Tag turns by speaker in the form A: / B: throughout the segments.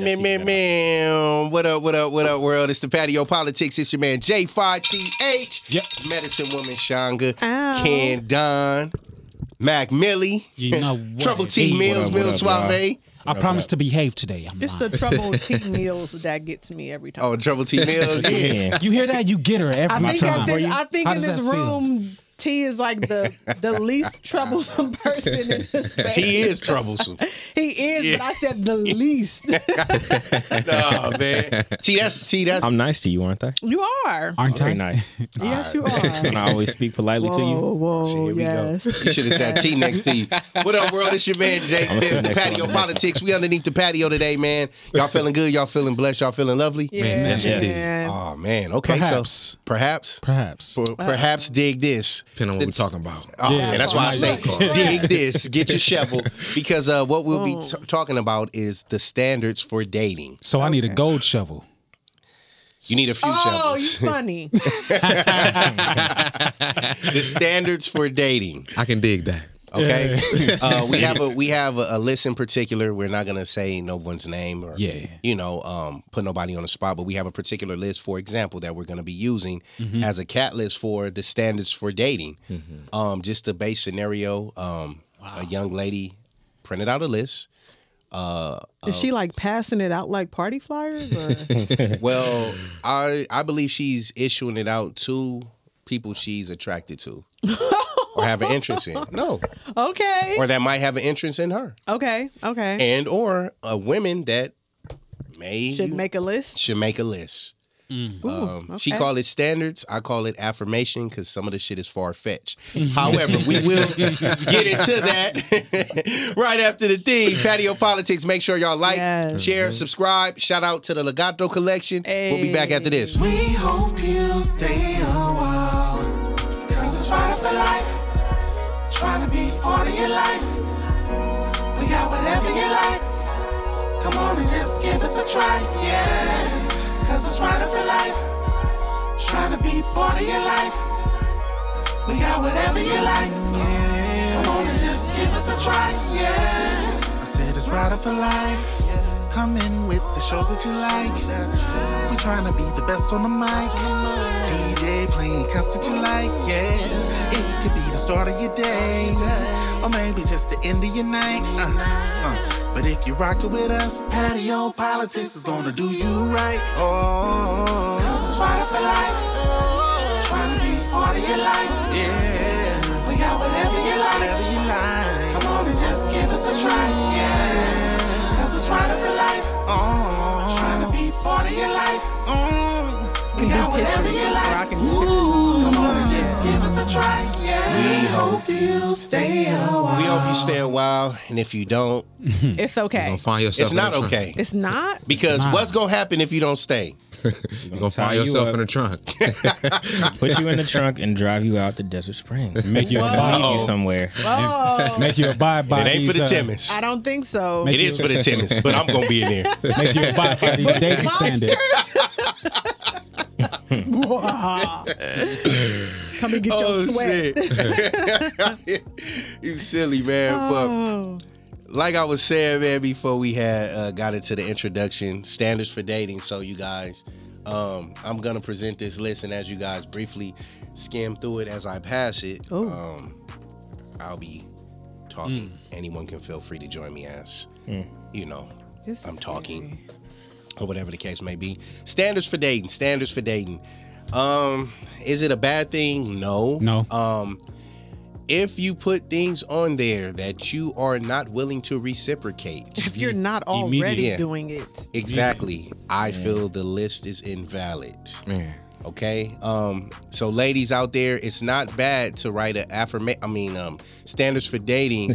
A: Man, man, man. What up, what up, what up, world? It's the patio politics. It's your man J5TH.
B: Yep.
A: Medicine woman Shanga.
C: Ow.
A: Ken Don. Mac Millie.
B: You know what
A: Trouble
B: it
A: T
B: is.
A: Mills,
D: up,
A: Mills
D: what up,
A: Suave.
B: I promise to behave today. I'm
C: It's
B: lying.
C: the trouble tea meals that gets me every time.
A: Oh, Trouble T Mills. Yeah.
D: Yeah.
B: you hear that? You get her every
C: I think,
B: Oh, time.
C: I think, I think
B: How
C: in
B: does
C: this
B: that feel?
C: room, T is like the the least troublesome person in this space.
A: T is troublesome.
C: He is, but I said the least.
A: oh, man. T, that's, T, that's.
D: I'm nice to you, aren't I?
C: You are.
B: Aren't
D: Very
B: I?
D: nice.
C: Yes, you are.
D: And I always speak politely to
C: Whoa,
D: you.
A: Shit,
C: whoa,
A: here we go.
C: yes.
A: You should have said T next to you. What up, world? It's your man Jay
D: I'ma sit
A: Fifth, the
D: next to
A: patio
D: him.
A: politics. We underneath the patio today, man. Y'all feeling good? Y'all feeling blessed? Y'all feeling lovely?
C: Yeah,
B: Man,
D: that's
C: man.
D: it.
A: Oh man. Okay,
B: Perhaps.
A: so perhaps,
B: Perhaps.
A: per- perhaps dig this.
E: Depending on what we're
A: That's-
E: talking about.
A: Oh,
B: Uh, Yeah. Oh.
A: and that's why I say
C: Look, look.
A: dig this, get your shovel, because uh, what we'll be t- talking about is the standards for dating.
B: So I need a gold shovel.
A: You need a few
C: Oh, you
A: shovels.
C: funny.
A: the standards for dating.
E: I can dig that.
A: Okay, uh, we have a we have a, a list in particular. We're not gonna say no one's name or
B: Yeah.
A: you know um, put nobody on the spot, but we have a particular list, for example, that we're gonna be using
B: Mm-hmm.
A: as a cat list for the standards for dating. Um, just the base scenario. Um, A young lady printed out a list.
C: Is she like passing it out like party flyers? Or?
A: Well, I I believe she's issuing it out to people she's attracted to or have an interest in. No,
C: Oh, okay.
A: or that might have an interest in her.
C: Okay. Okay.
A: and or uh, women that may
C: Should make a list.
A: should make a list.
C: Ooh,
A: Um, She
C: okay.
A: call it standards. I call it affirmation because some of the shit is far fetched. However, we will get into that right after the theme. Patio politics. Make sure y'all like,
C: Yes.
A: share, subscribe. Shout out to the Legato collection. We'll be back after this.
F: We hope you stay a while. Cause it's right for life. Trying to be part of your life. We got whatever you like. Come on and just give us a try. Yeah. Cause it's right for life. Trying to be part of your life. We got whatever you like. Come on and just give us a try. Yeah. I said it's right for life. Come in with the shows that you like. We trying to be the best on the mic. DJ playing cuts that you like, yeah. It could be the start of your day, or maybe just the end of your night. Uh, uh. But if you rock it with us, patio politics is gonna do you right. Oh, Cause it's right for life. Trying to be part of your life. Yeah, we got whatever you like. Whatever you like. Come on and just give us a try. Yeah, cause it's right for life. Oh, trying to be part of your life. We got whatever you like. Ooh, come on and just give us a try. Yeah, we hope you stay a while.
A: We hope you stay a while, and if you don't,
C: It's okay.
E: Gonna find yourself.
A: it's not
E: in the
A: okay.
C: It's not.
A: Because what's gonna happen if you don't stay?
E: Trunk. You're gonna
D: tie
E: find
D: you
E: yourself
D: up.
E: in the trunk.
D: Put you in the trunk and drive you out to Desert Springs. Leave
B: Make you abide.
D: you somewhere.
C: Oh,
B: Make you abide by
A: It ain't for
B: these.
A: the
B: uh,
A: Timmins.
C: I don't think so.
B: Make
A: It is for the Timmins, but I'm gonna be in there.
B: Make you abide by these dating standards.
C: Wow. Come and get
A: Oh,
C: your sweat.
A: shit. you silly man.
C: Oh.
A: But like I was saying, man, before we had uh, got into the introduction, standards for dating. So you guys, um, I'm gonna present this list, and as you guys briefly skim through it as I pass it,
C: Ooh.
A: um, I'll be talking. Anyone can feel free to join me as you know
C: This
A: I'm
C: is
A: talking. or whatever the case may be. Standards for dating. Standards for dating. Um, is it a bad thing? No.
B: No.
A: Um, if you put things on there that you are not willing to reciprocate,
C: If you're not already
A: Immediate.
C: doing it,
A: exactly, I feel the list is invalid.
E: Man.
A: Okay. Um, so ladies out there, it's not bad to write an affirmation. I mean, um, standards for dating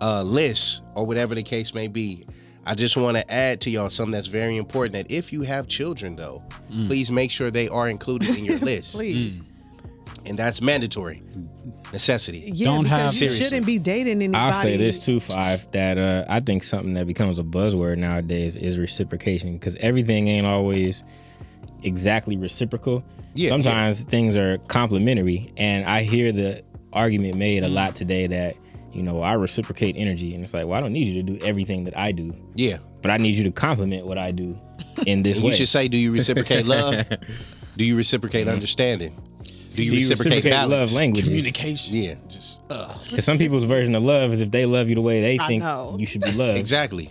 A: uh, list or whatever the case may be. I just want to add to y'all something that's very important. That if you have children, though, please make sure they are included in your list,
C: please.
B: Mm.
A: and that's mandatory necessity.
C: Yeah,
B: Don't
C: because
B: have-
C: you
A: Seriously.
C: shouldn't be dating anybody.
D: I'll say this too, Five, that uh, I think something that becomes a buzzword nowadays is reciprocation because everything ain't always exactly reciprocal.
A: Yeah,
D: Sometimes things are complimentary. And I hear the argument made a lot today that you know, I reciprocate energy. And it's like, well, I don't need you to do everything that I do,
A: Yeah.
D: but I need you to compliment what I do in this
A: You
D: way.
A: should say, do you reciprocate love? do you reciprocate understanding? Mm-hmm. Do you,
D: Do you
A: reciprocate, balance?
D: love languages?
B: Communication.
A: Yeah,
B: Just, ugh.
D: Because some people's version of love is if they love you the way they
C: I
D: think
C: know.
D: you should be loved.
A: exactly.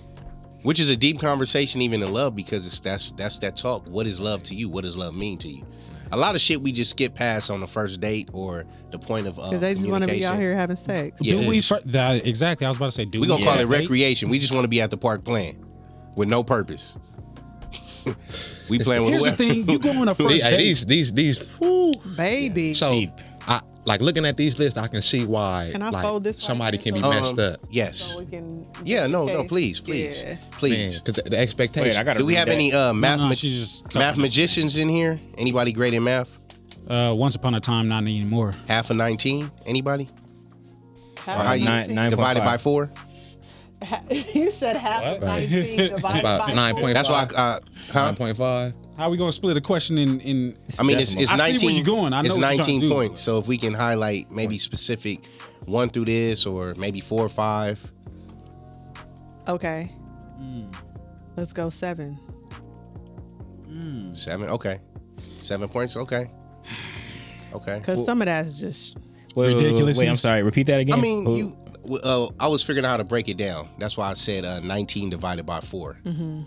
A: Which is a deep conversation, even in love, because it's that's that's that talk. What is love to you? What does love mean to you? A lot of shit we just skip past on the first date or the point of uh,
C: Because they just want to be out
A: communication.
C: here having sex.
A: Yeah,
B: do
A: it
B: we?
A: is.
B: Fir- that, exactly. I was about to say, do
A: We gonna
B: we
A: call
B: first
A: it
B: date?
A: recreation. We just want to be at the park playing with no purpose. we playing with
B: Here's the
A: whoever.
B: thing: you go on a
E: These,
B: first
E: hey,
B: date.
E: these, these, these. woo.
C: Baby.
E: So,
D: Deep.
E: I like looking at these lists. I can see why
C: Can I
E: like,
C: fold this right
E: somebody
C: here
E: can be
C: so-
E: messed
A: Um,
E: up.
A: Yes.
C: So we can-
A: yeah. No. No.
C: Okay.
A: Please. Please.
C: Yeah.
A: Please.
E: because the, the expectation.
D: Wait, I gotta
A: Do we
D: read
A: have
D: that.
A: any uh, math
B: no,
A: ma-
B: she's just
A: math magicians in here? Anybody great in math?
B: Uh, once upon a time, not anymore.
A: Half of nineteen? Anybody?
C: How
A: How
C: about
A: you-
D: Uh, Nine- nine point
A: Divided by
D: five.
A: four.
C: ha- you said half of
B: What?
C: 19 divided
E: about
C: by
E: nine point
A: That's why. I, uh, huh?
E: Nine point five.
C: Oh.
B: How we gonna split a question in? in
A: I mean, it's, it's
B: I see where
A: nineteen.
B: you're going. I know
A: it's
B: what you're trying to
A: nineteen
B: do.
A: points. So if we can highlight maybe specific one through this, or maybe four or five.
C: Okay.
B: Mm.
C: Let's go seven.
A: Seven. Okay. Seven points. Okay. Okay.
C: Because some of that's just.
D: Wait, wait, wait, wait, I'm
B: Ridiculousness.
D: sorry. Repeat that again.
A: I mean,
D: Who-
A: you. w- Uh, I was figuring out how to break it down. That's why I said uh, 19 divided by 4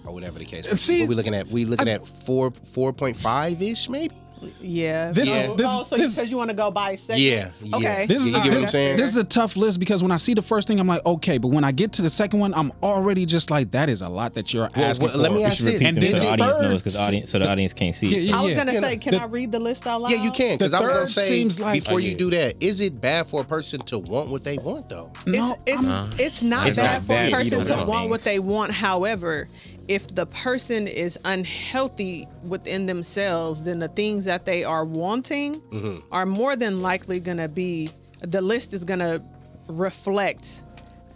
A: or whatever the case. may be.
B: see-
A: what we looking at? We looking at four 4.5 ish maybe.
C: Yeah.
B: This
C: oh,
A: is-
B: this-
C: oh, so
B: this-
C: because you want to go by sex.
A: Yeah. yeah.
C: Okay.
B: this
A: you
B: is
A: get what I'm
B: this-
A: saying.
B: this is a tough list because when I see the first thing, I'm like, okay, but when I get to the second one, I'm already just like, that is a lot that you're asking
A: well, let
B: for.
A: me
D: You
A: ask
D: should
A: this.
D: repeat
B: And
D: them so
B: this
D: the audience
B: third
D: knows, because audience, so the audience can't see.
B: Yeah,
D: it.
B: yeah,
D: So-
C: I was
B: yeah.
C: going to
A: You know,
C: say, can
B: the-
C: I read the list out loud?
A: Yeah, you can. Because
B: The
A: I was gonna
B: third
A: say
B: seems like-
A: before
E: Yeah.
A: you do that, is it bad for a person to want what they want though?
C: It's,
B: No,
C: it's, it's not
D: It's
C: bad
D: not
C: for
D: bad
C: a
D: either
C: person to
D: way.
C: want what they want. However, if the person is unhealthy within themselves, then the things that they are wanting are more than likely going to be, the list is going to reflect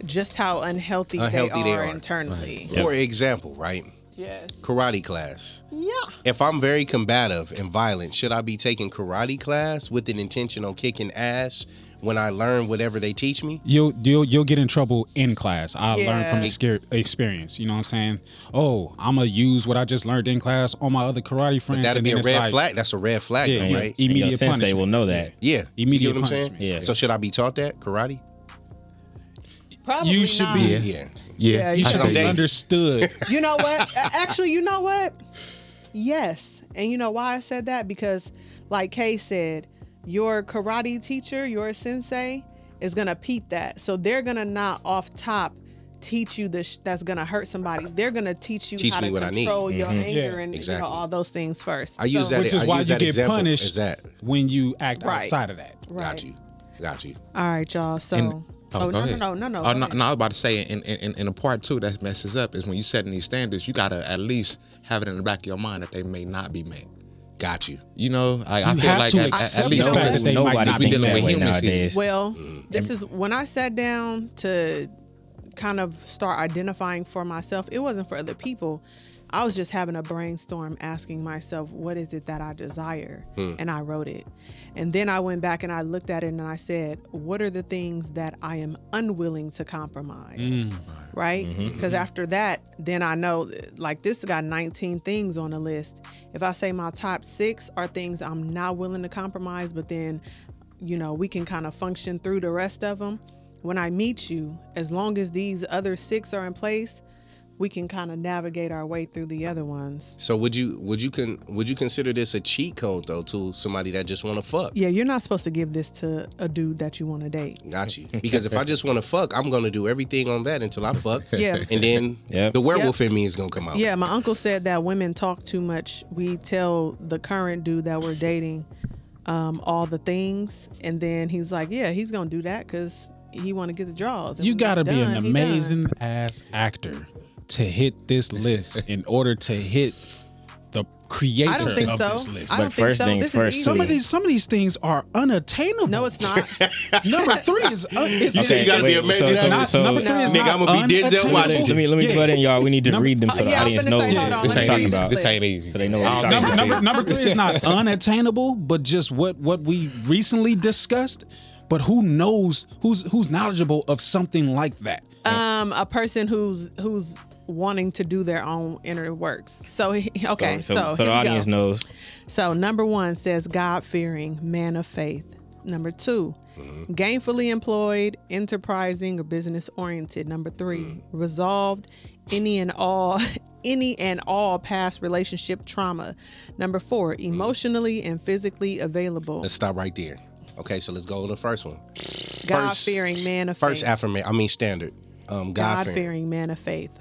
C: just how unhealthy,
A: Unhealthy
C: they,
A: they
C: are
A: are.
C: internally.
A: For example, right?
C: Yes.
A: Karate class.
C: Yeah.
A: If I'm very combative and violent, should I be taking karate class with an intention on kicking ass when I learn whatever they teach me?
B: You'll, you'll you'll get in trouble in class. I learned from
C: Yeah.
B: exper- experience. You know what I'm saying? Oh, I'm gonna use what I just learned in class on my other karate friends.
A: That'd
B: and
A: be a
B: Mm, then it's
A: red
B: like,
A: flag. That's a red flag,
B: Yeah,
A: though,
B: yeah.
A: right?
B: E-
D: and your
B: Immediate
D: sensei
B: punishment.
D: will know that.
A: Yeah.
B: Immediate
A: you get what I'm saying?
B: punishment.
D: Yeah.
A: So should I be taught that karate?
C: Probably
B: You should
C: not.
B: be.
E: Yeah.
A: Yeah.
C: Yeah,
E: Yeah,
B: You
C: I
B: should
A: think
B: be
A: they-
B: understood.
C: You know what? A- Actually, you know what? Yes. And you know why I said that? Because, like Kay said, your karate teacher, your sensei, is going to peep that. So they're going to not off top teach you this sh- that's going to hurt somebody. They're going to teach you
A: Teach
C: how
A: me
C: to
A: what I need.
C: control your anger
B: Yeah.
C: and you
A: Exactly.
C: know, all those things first.
A: I use
C: So-
A: that.
B: Which
A: I
B: is why
A: use
B: you
A: that
B: get
A: example
B: punished.
A: Is that
B: when you act
C: Right.
B: outside of that.
C: Right.
A: got you? Got you.
C: All right, y'all. So,
E: And-
C: oh,
E: go
C: no, no,
E: ahead.
C: no, no, no,
E: Oh,
C: go
E: no,
C: ahead.
E: no, I was about to say, in, in, in- in a part two that messes up is when you setting these standards, you gotta at least have it in the back of your mind that they may not be met.
A: Got you.
E: You know, I, I
B: You
E: feel
B: have
E: like
B: to
E: at- at,
B: accept
E: at least
C: the fact
E: those-
C: that they
E: nobody-
D: nobody
E: we
D: thinks
E: dealing
D: that
E: with
D: way
E: humans here.
D: nowadays.
C: Well, this is when I sat down to kind of start identifying for myself. It wasn't for other people. I was just having a brainstorm asking myself, what is it that I desire? And I wrote it. And then I went back and I looked at it and I said, what are the things that I am unwilling to compromise? Right? Because after that, then I know, like, this got 19 things on the list. If I say my top six are things I'm not willing to compromise, but then you know, we can kind of function through the rest of them. When I meet you, as long as these other six are in place, we can kind of navigate our way through the other ones.
A: So would you would you con would you consider this a cheat code though to somebody that just want to fuck?
C: Yeah, you're not supposed to give this to a dude that you want to date.
A: Got you. Because if I just want to fuck, I'm gonna do everything on that until I fuck.
C: Yeah.
A: And then
D: Yep.
A: the werewolf in me is gonna come out.
C: Yeah, my uncle said that women talk too much. We tell the current dude that we're dating um, all the things, and then he's like, "Yeah, he's gonna do that because he want to get the draws." And
B: You
C: when he
B: gotta be an
C: done, he done.
B: amazing ass actor to hit this list in order to hit the creator
C: I don't think
B: of
C: so.
B: this list.
C: I don't
D: But
C: think
D: first
C: so.
D: things
C: This is
D: first,
C: easy.
B: some of these some of these things are unattainable.
C: No, it's not.
B: number three is uh, is
A: You said you gotta be
D: wait,
A: amazing
D: so-
A: at
B: not,
D: so-
B: number
D: so-
B: three is
A: Nigga,
B: not
A: I'ma be Denzel
B: unattainable.
A: Washington.
D: Let me let me
B: Yeah.
D: go ahead and y'all. We need to
B: Number-
D: read them so the
C: Yeah, I'm
D: audience
C: finna
D: knows
C: say, hold on,
D: what
E: This
C: let
D: we're
C: me
E: ain't
D: talking
E: easy.
D: about.
E: This ain't easy.
D: So they know
E: I
D: what we're
E: don't
D: talking
E: think
B: Number,
E: so.
B: number, number three is not unattainable, but just what what we recently discussed But who knows who's who's knowledgeable of something like that?
C: um a person who's who's wanting to do their own inner works. So he- okay, so,
D: so, so, the
C: here we go.
D: audience knows.
C: So number one says God fearing, man of faith. Number 2
B: Mm-hmm.
C: gainfully employed, enterprising, or business oriented. Number 3
B: Mm.
C: resolved any and all any and all past relationship trauma. Number four,
B: Mm.
C: emotionally and physically available.
A: Let's stop right there. Okay, so let's go to the first one.
C: God fearing man of
A: First
C: faith.
A: affirmation, I mean standard. Um, God
C: God
A: fearing.
C: fearing man of faith.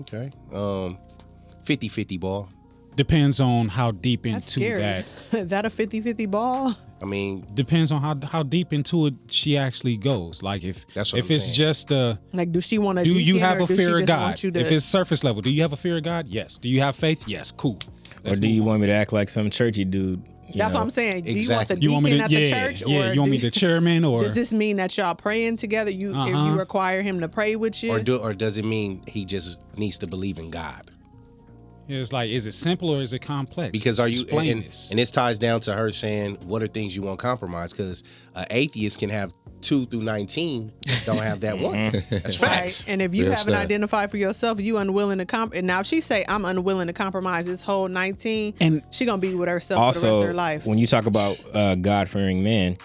A: Okay. Um, 50-50 ball.
B: Depends on how deep into
C: That's scary.
B: that.
C: that a 50-50 ball?
A: I mean,
B: Depends on how how deep into it she actually goes. Like if
A: That's what
B: if
A: I'm
B: it's
A: saying.
B: just uh
C: Like, do she want to?
B: do you have a fear of God? If it's surface level, do you have a fear of God? Yes. Do you have faith? Yes. Cool.
D: Or do you want me to act like some churchy dude? you
C: That's
D: know?
C: what I'm saying. Do you want the
A: Exactly.
C: deacon
B: You want me to
C: at the
B: yeah
C: church?
B: yeah?
C: or
B: You want
C: do-
B: me the chairman or
C: Does this mean that y'all praying together? You if
B: Uh-huh.
C: you require him to pray with you?
A: or do or does it mean he just needs to believe in God?
B: it's like is it simple or is it complex?
A: Because are you
B: Explain
A: and,
B: this.
A: and this ties down to her saying what are things you won't compromise? Because an atheist can have two through nineteen, don't have that one. That's facts.
C: Right. And if you
E: Yes,
C: haven't
E: sir.
C: identified for yourself, you unwilling to comp. And now if she say, "I'm unwilling to compromise this whole 19,"
B: And-
C: she gonna be with herself for the rest of
D: also
C: her life.
D: when you talk about uh, God fearing man,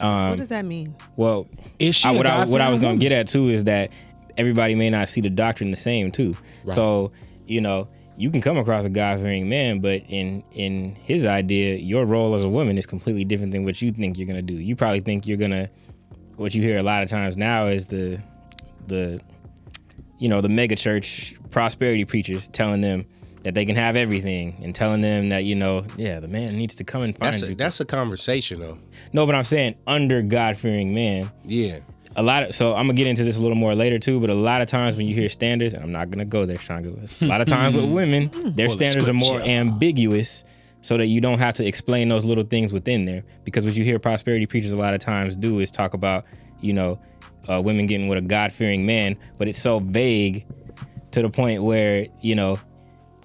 C: what does that mean?
D: well,
B: Is she
D: I,
B: a
D: what, I, what I
B: God-fearing
D: was gonna
B: woman?
D: get at too is that everybody may not see the doctrine the same too. So you know you can come across a God fearing man, but in in his idea, your role as a woman is completely different than what you think you're gonna do. You probably think you're gonna what you hear a lot of times now is the the you know the mega church prosperity preachers telling them that they can have everything and telling them that you know yeah the man needs to come and find
A: That's
D: you.
A: a, that's a conversation though.
D: no, but I'm saying under God fearing man,
A: Yeah.
D: a lot of so I'm gonna get into this a little more later too, but a lot of times when you hear standards, and I'm not gonna go there, Shanga. it's A lot of times with women, their
B: Mm. Well, the
D: standards are more
B: scripture.
D: ambiguous, so that you don't have to explain those little things within there. Because what you hear prosperity preachers a lot of times do is talk about, you know, uh, women getting with a God fearing man, but it's so vague to the point where you know,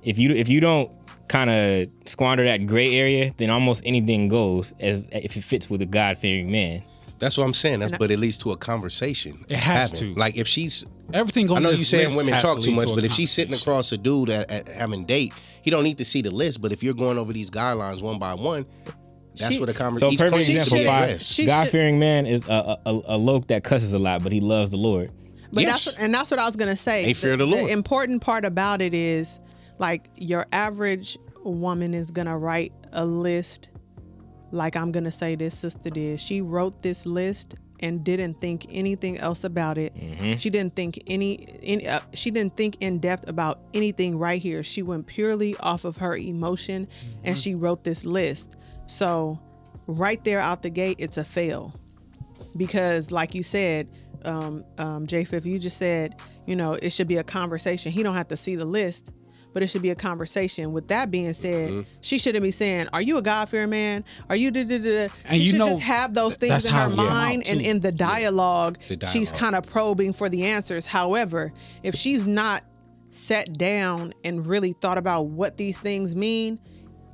D: if you if you don't kind of squander that gray area, then almost anything goes as if it fits with a God fearing man.
A: That's what I'm saying. That's, but it leads to a conversation.
B: It has
A: Having-
B: to.
A: Like if she's,
B: Everything
A: I
B: on
A: know
B: this
A: you saying
B: list
A: women
B: has to
A: talk too
B: lead
A: much,
B: to a
A: but if she's sitting
B: conversation.
A: across a dude at, at having date, he don't need to see the list. But if you're going over these guidelines one by one, that's
C: She-
A: what a
D: So
A: conversation.
D: perfect example,
C: should-
D: Fi.
C: yes. she
D: God
C: should-
D: fearing man is a, a, a loke that cusses a lot, but he loves the Lord.
C: But
A: Yes.
C: that's and that's what I was gonna say.
A: They fear the Lord.
C: important part about it is like your average woman is gonna write a list like I'm gonna say this sister did. She wrote this list and didn't think anything else about it.
A: Mm-hmm.
C: She didn't think any, any uh, she didn't think in depth about anything right here. She went purely off of her emotion and
A: Mm-hmm.
C: she wrote this list. So right there out the gate, it's a fail because like you said um, um, j Fifth, you just said you know it should be a conversation he don't have to see the list but it should be a conversation with that being said
B: Mm-hmm.
C: she shouldn't be saying are you a god-fearing man are you da, da, da, da?
B: And
C: she
B: you
C: should
B: know,
C: just have those things
B: that's
C: in
B: how
C: her
B: it come out,
C: mind and
B: too.
C: in the dialogue,
A: The
C: she's
A: dialogue.
C: kind of probing for the answers however if she's not sat down and really thought about what these things mean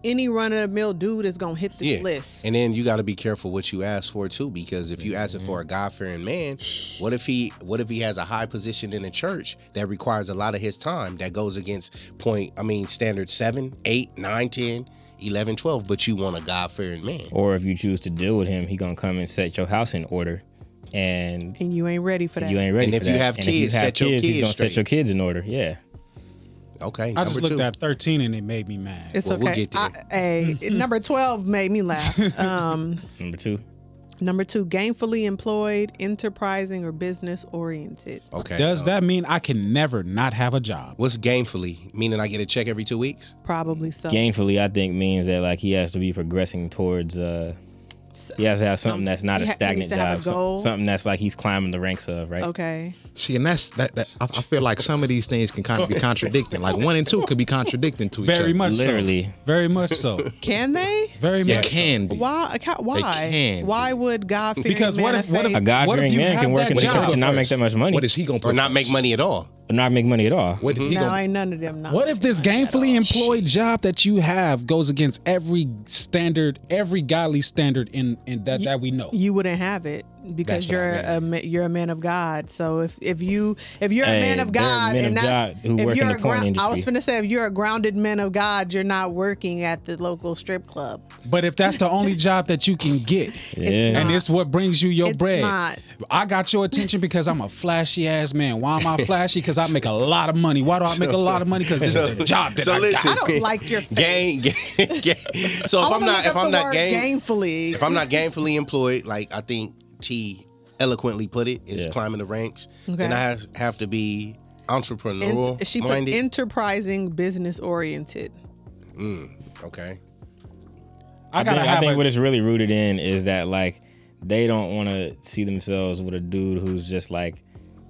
C: any run-of-the-mill dude is gonna hit this
A: Yeah.
C: list
A: And then you got to be careful what you ask for too, because if you ask it
B: Mm-hmm.
A: for a God fearing man, what if he what if he has a high position in the church that requires a lot of his time that goes against point? I mean, standard seven, eight, nine, ten, eleven, twelve. But you want a God fearing man.
D: Or if you choose to deal with him, he gonna come and set your house in order, and
C: and you ain't ready for that
D: you ain't ready.
A: And if
D: for
A: you
D: that.
A: have
D: And
A: kids, set your
D: he's
A: kids
D: gonna
A: straight.
D: set your kids in order. Yeah,
A: Okay,
B: I just
A: number
B: looked
A: two.
B: at 13 and it made me mad.
C: It's
A: Well,
C: okay.
A: we'll get there.
C: I- hey, number 12 made me laugh. Um,
D: number two.
C: number two, gainfully employed, enterprising, or business oriented.
A: Okay,
B: Does that mean I can never not have a job?
A: what's gainfully meaning? I get a check every two weeks.
C: Probably so.
D: Gainfully, I think means that like he has to be progressing towards. uh He has to have something that's not
C: he
D: a
C: ha- he needs
D: stagnant
C: to have
D: job.
C: a
D: some-
C: goal.
D: something that's like he's climbing the ranks of. Right.
C: Okay.
E: See, and that's that. that I, I feel like some of these things can kind of be contradicting. Like one and two could be contradicting to each other.
B: Very much
D: Literally.
B: so. Very much so.
C: Can they?
B: Very
E: You
B: much. so.
E: can be.
C: Why? a cat- Why?
E: can
C: Why would God fearing
B: Because what if- what if-
D: A God
B: What if
D: fearing
B: you
D: man
B: have
D: can work
B: that
D: in the
B: job
D: church and not make that much money,
E: What is he gonna
A: or
E: put
A: not make money at all.
D: or not make money at all.
E: What is he
C: No,
E: gonna?
C: ain't none of them. Not
B: What if this gainfully employed job that you have goes against every standard, every godly standard in, in that that we know?
C: you wouldn't have it because
E: That's what I
C: you're a ma- you're a man of God. So if if you if you're a
D: Hey,
C: man of
D: there are
C: God
D: men
C: and
D: of
C: that's
D: God who
C: if
D: work in
C: you're
D: the
C: a
D: porn
C: I was
D: industry.
C: gonna say if you're a grounded man of God, you're not working at the local strip club.
B: But if that's the only job that you can get,
D: Yeah.
B: and it's what brings you your
C: It's
B: bread,
C: not.
B: I got your attention because I'm a flashy ass man. Why am I flashy? Because I make a lot of money. Why do I make a lot of money? Because this is the job that I got.
C: I don't like your face.
A: Gang, gang, gang. So if
C: I
A: I'm
C: wanna
A: not
C: look
A: if
C: up
A: I'm
C: the
A: not
C: word
A: gang,
C: gainfully.
A: if I'm not gainfully employed, like I think T eloquently put it, is
D: Yeah.
A: climbing the ranks.
C: Okay.
A: Then I have, have to be entrepreneurial
C: Ent- she put
A: minded.
C: enterprising, business oriented.
A: okay.
B: I gotta
D: think,
B: have
D: I think
B: a-
D: what it's really rooted in is that like they don't want to see themselves with a dude who's just like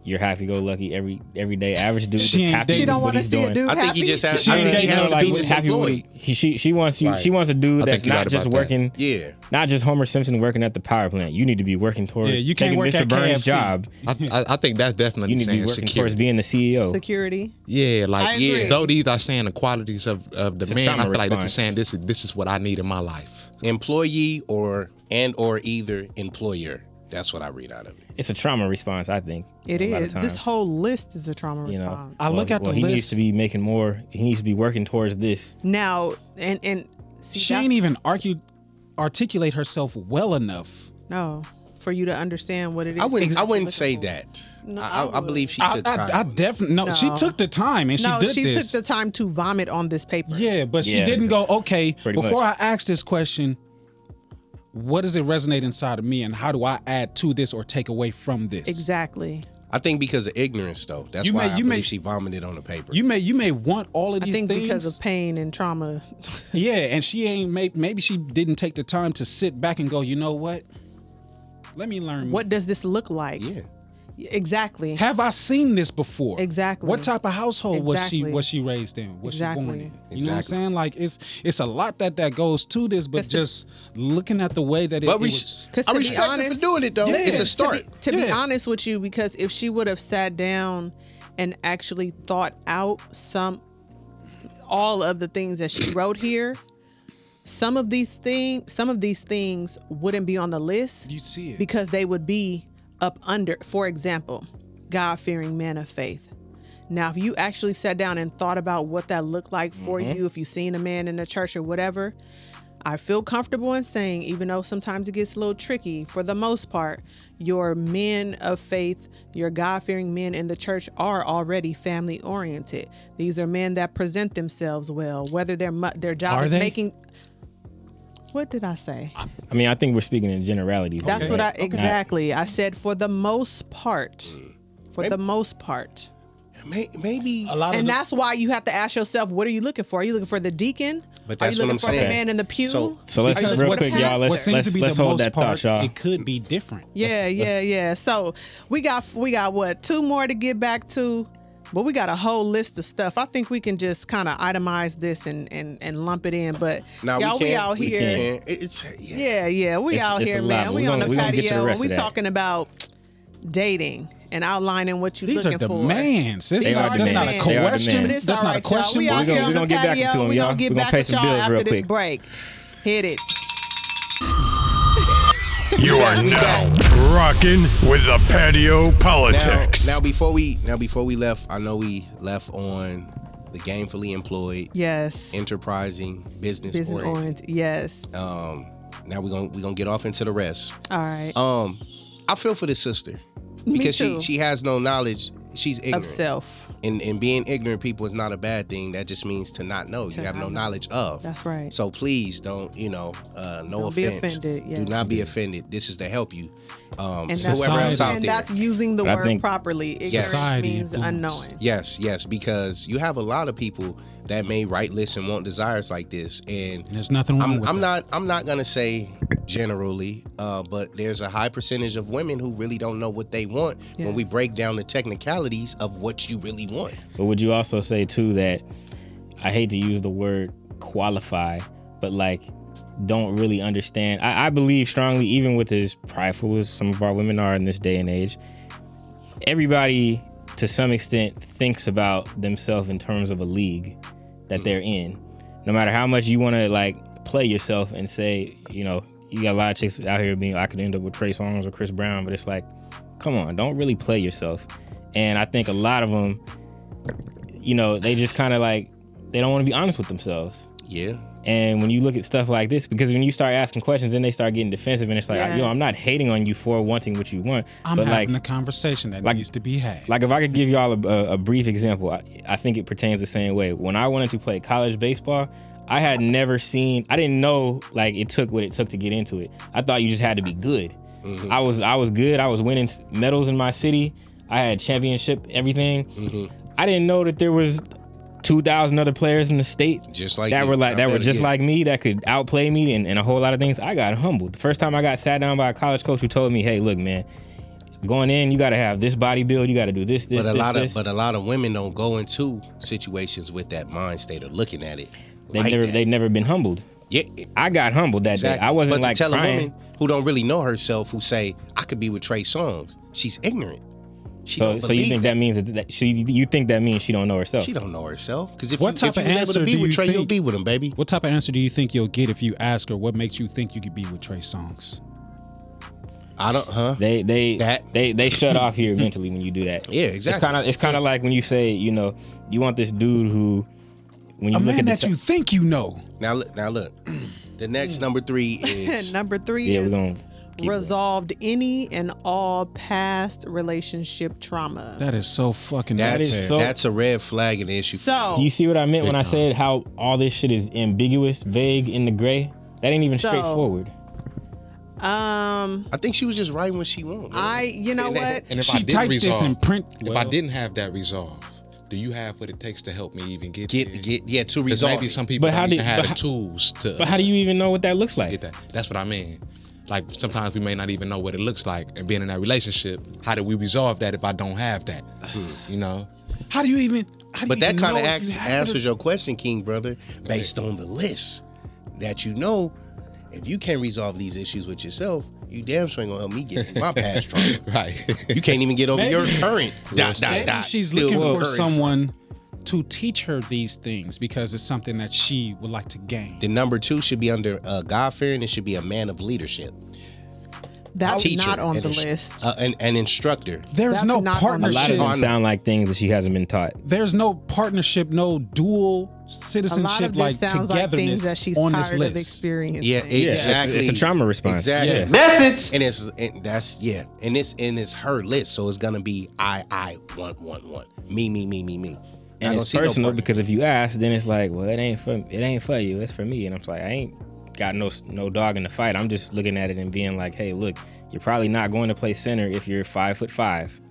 D: your happy-go-lucky every everyday average dude.
B: She
D: that's
B: ain't
D: happy
B: dating.
C: She
D: with
C: don't want
D: what
C: to
D: he's
C: see
D: doing.
C: a dude.
A: I think
C: happy.
A: he just has.
D: She
A: I
D: ain't
A: think he
D: dating
A: has
D: no,
A: to
D: like,
A: be
D: with-
A: just
D: happy with what
A: employed.
D: he- he- she she wants you. She
E: Right.
D: wants a dude
E: I
D: that's
E: think you're
D: not
E: right
D: just
E: about that.
D: working.
A: Yeah.
D: Not just Homer Simpson working at the power plant. You need to be working towards
B: Yeah, you can't
D: taking
B: work
D: Mr.
B: at
D: Burns'
B: KFC.
D: job.
E: I, I, I think that's definitely
D: You need to be
E: saying
D: working towards
E: security.
D: being the E CEO.
C: security.
E: Yeah,
C: I
E: like
C: agree.
E: yeah. Though these are saying the qualities of, of the
D: a
E: man, I
D: trauma
E: feel like this
D: response.
E: is saying this is this is what I need in my life.
A: Employee or and or either employer. That's what I read out of it.
D: It's a trauma response, I think.
C: It
D: a lot of
C: is. This
D: times.
C: whole list is a trauma
D: you know.
C: response.
B: I look
D: well-
B: at the
D: well, he needs
B: list.
D: to be making more. He needs to be working towards this.
C: Now and and see,
B: she
C: that's-
B: ain't even argue, articulate herself well enough.
C: no for you to understand what it is.
A: I wouldn't.
C: she's
A: I wouldn't
C: looking
A: say
C: for.
A: that.
C: No,
A: I, I,
C: I
A: I believe she
B: I,
A: took
B: I,
A: time.
B: I definitely no, She
C: No.
B: took the time and
C: No,
B: she did
C: she
B: this.
C: took the time to vomit on this paper.
B: Yeah, but she
D: Yeah.
B: didn't go, okay,
D: Pretty
B: before
D: much.
B: I ask this question, what does it resonate inside of me and how do I add to this or take away from this?
C: Exactly.
A: I think because of ignorance, though. That's
B: You
A: why
B: may-
A: I
B: you
A: believe
B: may-
A: she vomited on the paper.
B: You may you may want all of
C: I
B: these
C: think
B: things.
C: because of pain and trauma.
B: yeah, and she ain't made maybe she didn't take the time to sit back and go, you know what? Let me learn
C: What does this look like?
A: yeah.
C: Exactly.
B: have I seen this before?
C: Exactly.
B: What type of household was she
C: Exactly.
B: was she raised in? Was
C: Exactly.
B: she born in? You know what I'm
A: Exactly.
B: saying? Like it's it's a lot that that goes to this, but
C: That's the-
B: just looking at the way that it,
A: But
B: it
A: we,
B: was,
A: I
C: to be
A: respect her for
C: honest-
A: doing it though.
B: Yeah.
A: It's a
B: To be-
A: start.
C: To be
B: Yeah.
C: honest with you, because if she would have sat down and actually thought out some all of the things that she wrote here, some of these things some of these things wouldn't be on the list.
B: you see it.
C: because they would be up under, for example, God fearing man of faith. Now, if you actually sat down and thought about what that looked like for
B: Mm-hmm.
C: you, if you've seen a man in the church or whatever, I feel comfortable in saying, even though sometimes it gets a little tricky, for the most part, your men of faith, your God fearing men in the church are already family oriented. These are men that present themselves well, whether their mu- their job
B: Are
C: is
B: they?
C: making. What did I say?
D: I mean, I think we're speaking in generalities.
C: That's
D: Okay. Mm.
C: what I
D: Not-
C: exactly. I said for the most part. For the most part.
A: May, maybe.
B: a lot of
C: And
B: the-
C: that's why you have to ask yourself, what are you looking for? Are you looking for the deacon?
A: But
C: are
A: that's
C: you
A: what
C: looking
A: I'm
C: for the
A: saying.
C: man in the pew?
A: So-
D: So let's
B: Because
D: real
B: what
D: quick,
B: seems-
D: y'all.
B: what
D: Let's
B: seems to
D: let's,
B: be
D: let's
B: the
D: hold
B: most
D: that
B: part,
D: thought, y'all.
B: It could be different.
C: yeah, yeah, yeah. So we got we got what two more to get back to, but we got a whole list of stuff. I think we can just kind of itemize this and and and lump it in. But
A: Now
C: y'all,
A: we can't.
C: out
A: we
C: here.
A: can't. It- it's yeah.
C: Yeah, yeah, we
D: It's-
C: out
D: it's a
C: here,
D: lot,
C: man.
D: but
C: We,
D: we
C: on
D: gonna-
C: the
D: we gonna get to the
C: patio.
D: rest
C: we
D: of that.
C: talking about dating and outlining what you
B: These are
C: looking for.
B: demands. It's
D: They
B: not,
D: are
B: that's not a
D: demands. They are
B: question.
D: demands.
C: But it's
B: That's
C: all
B: not a
C: right, y'all.
B: question.
C: We
D: We're
C: out
D: gonna-
C: here
D: we're
C: on
D: gonna
C: the
D: get back
C: patio.
D: to 'em,
C: We
D: y'all.
C: gonna get
D: We're gonna
C: back
D: pay
C: with
D: some
C: y'all
D: bills
C: after
D: real
C: this
D: quick.
C: break. Hit it.
G: You are now rocking with the patio
A: Now,
G: politics.
A: now before we now before we left, I know we left on the gainfully employed,
C: Yes.
A: enterprising, business,
C: Business
A: oriented.
C: orange. Yes.
A: Um, now we're gonna we're gonna get off into the rest.
C: All right.
A: Um, I feel for this sister because she
C: too.
A: she has no knowledge. She's
C: of
A: ignorant,
C: self.
A: and and being ignorant people is not a bad thing. That just means to not know. you have no
C: not know.
A: knowledge of.
C: That's right.
A: So please don't you know uh, no
C: Don't be
A: offense.
C: offended, yeah.
A: Do not be offended. This is to help you. Um,
C: And that's,
A: whoever else
B: Society.
A: out
C: and
A: there.
C: that's using the
D: But I
C: word
D: think
C: properly. Ignorant
B: Society
C: means
B: influence.
C: unknowing.
A: Yes, yes, because you have a lot of people that may write lists and want desires like this, and
B: There's nothing wrong
A: I'm,
B: with
A: I'm not
B: that.
A: I'm not gonna say generally, uh, but there's a high percentage of women who really don't know what they want when we
C: Yes.
A: break down the technicalities of what you really want.
D: But would you also say too that I hate to use the word qualify, but like don't really understand. I, I believe strongly, even with as prideful as some of our women are in this day and age, everybody to some extent thinks about themselves in terms of a league that they're in. No matter how much you want to like play yourself and say, you know, you got a lot of chicks out here being, I could end up with Trey Songz or Chris Brown, but it's like, come on, don't really play yourself. And I think a lot of them, you know, they just kind of like, they don't want to be honest with themselves.
A: Yeah.
D: And when you look at stuff like this, because when you start asking questions, then they start getting defensive, and it's like,
C: Yes.
D: yo, I'm not hating on you for wanting what you want,
B: I'm
D: but like,
B: having a conversation that needs to be had.
D: like if I could give y'all a, a, a brief example, I, I think it pertains the same way. When I wanted to play college baseball, I had never seen. I didn't know like it took what it took to get into it. I thought you just had to be good.
A: Mm-hmm.
D: I was I was good. I was winning s- medals in my city. I had championship everything.
A: Mm-hmm.
D: I didn't know that there was two thousand other players in the state
A: Just like
D: that
A: you.
D: were like
A: I
D: that were
A: bet it
D: just
A: is.
D: like me that could outplay me and, and a whole lot of things. I got humbled. The first time I got sat down by a college coach who told me, "Hey, look, man." Going in, you got to have this body build. You got to do this, this,
A: But a
D: this,
A: lot
D: this.
A: of but a lot of women don't go into situations with that mind state of looking at it.
D: They
A: like
D: never
A: that.
D: they never been humbled.
A: yeah,
D: I got humbled that day.
A: exactly.
D: I wasn't
A: but
D: like
A: to tell
D: crying.
A: a woman who don't really know herself who say I could be with Trey Songz, she's ignorant. She
D: so
A: don't
D: so you
A: believe
D: think that means that, that she you think that means she don't know herself?
A: she don't know herself because if
B: What
A: you,
B: type
A: if you
B: of
A: was able
B: answer
A: to be
B: do
A: with
B: you
A: Trey, you'll
B: think-
A: be with him, baby.
B: What type of answer do you think you'll get if you ask her what makes you think you could be with Trey Songz?
A: I don't, huh?
D: They they
A: That-
D: they they shut off your mentally when you do that.
A: Yeah,
D: It's
A: exactly.
D: kind of it's kind of like when you say you know you want this dude who when
B: A
D: you look
B: man
D: at
B: that
D: the t-
B: you think you know.
A: Now look, now look. The next number three is
C: Number three
D: yeah we're
C: is
D: gonna keep it.
C: resolved any and all past relationship trauma.
B: That is so fucking
A: that's
D: is
B: bad.
D: so-
A: that's a red flag and issue.
C: so
D: Do you see what I meant when I said how all this shit is ambiguous, vague, in the gray? That ain't even
C: So-
D: straightforward.
C: um
A: I think she was just right when she won.
C: I you know what?
E: And if
B: She
E: I didn't
B: typed
E: resolve,
B: this in print.
E: If I didn't have that resolve, do you have what it takes to help me even get there?
A: get get yeah to
E: 'Cause
A: resolve.
E: Maybe
A: it.
E: some people
D: But how
E: don't
D: do-
E: even have
D: but
E: the
D: how-
E: tools to.
D: But how do you even know what that looks like?
E: get that? That's what I mean. Like sometimes we may not even know what it looks like, and being in that relationship, how do we resolve that if I don't have that? You know,
B: How do you even? How do
A: But
B: you
A: that
B: even
A: kind of
B: know if
A: acts,
B: you have
A: answers
B: it?
A: your question, King Brother, based on the list that you know. If you can't resolve these issues with yourself, you damn sure ain't gonna help me get through my past trauma.
E: right?
A: You can't even get over your current dot dot
B: Maybe
A: dot.
B: she's
A: Still
B: looking for
A: current.
B: someone to teach her these things because it's something that she would like to gain.
A: The number two should be under uh, God fearing. It should be a man of leadership,
C: That's
A: teacher,
C: not on
A: and
C: the
A: instru-
C: list.
A: uh, an, an instructor.
B: There's
C: That's
B: no
C: not on the
D: a lot of
B: partnership.
D: them
A: Partner.
D: sound like things that she hasn't been taught.
B: There's no partnership, no dual
C: A lot
B: citizenship
C: of this
B: like
C: sounds like things
B: togetherness
C: that she's
B: on this
C: tired of
B: list.
C: experiencing.
A: Yeah,
D: it's-
A: exactly.
D: it's a trauma response.
A: Exactly.
B: Yes.
A: Message. And it's and that's yeah. And it's and it's her list, so it's gonna be I I want want want me me me me me. Not
D: and
A: gonna
D: it's
A: see no
D: personal
A: partner.
D: because if you ask, then it's like, well, it ain't for it ain't for you. It's for me, and I'm just like, I ain't got no no dog in the fight. I'm just looking at it and being like, hey, look, you're probably not going to play center if you're five foot five.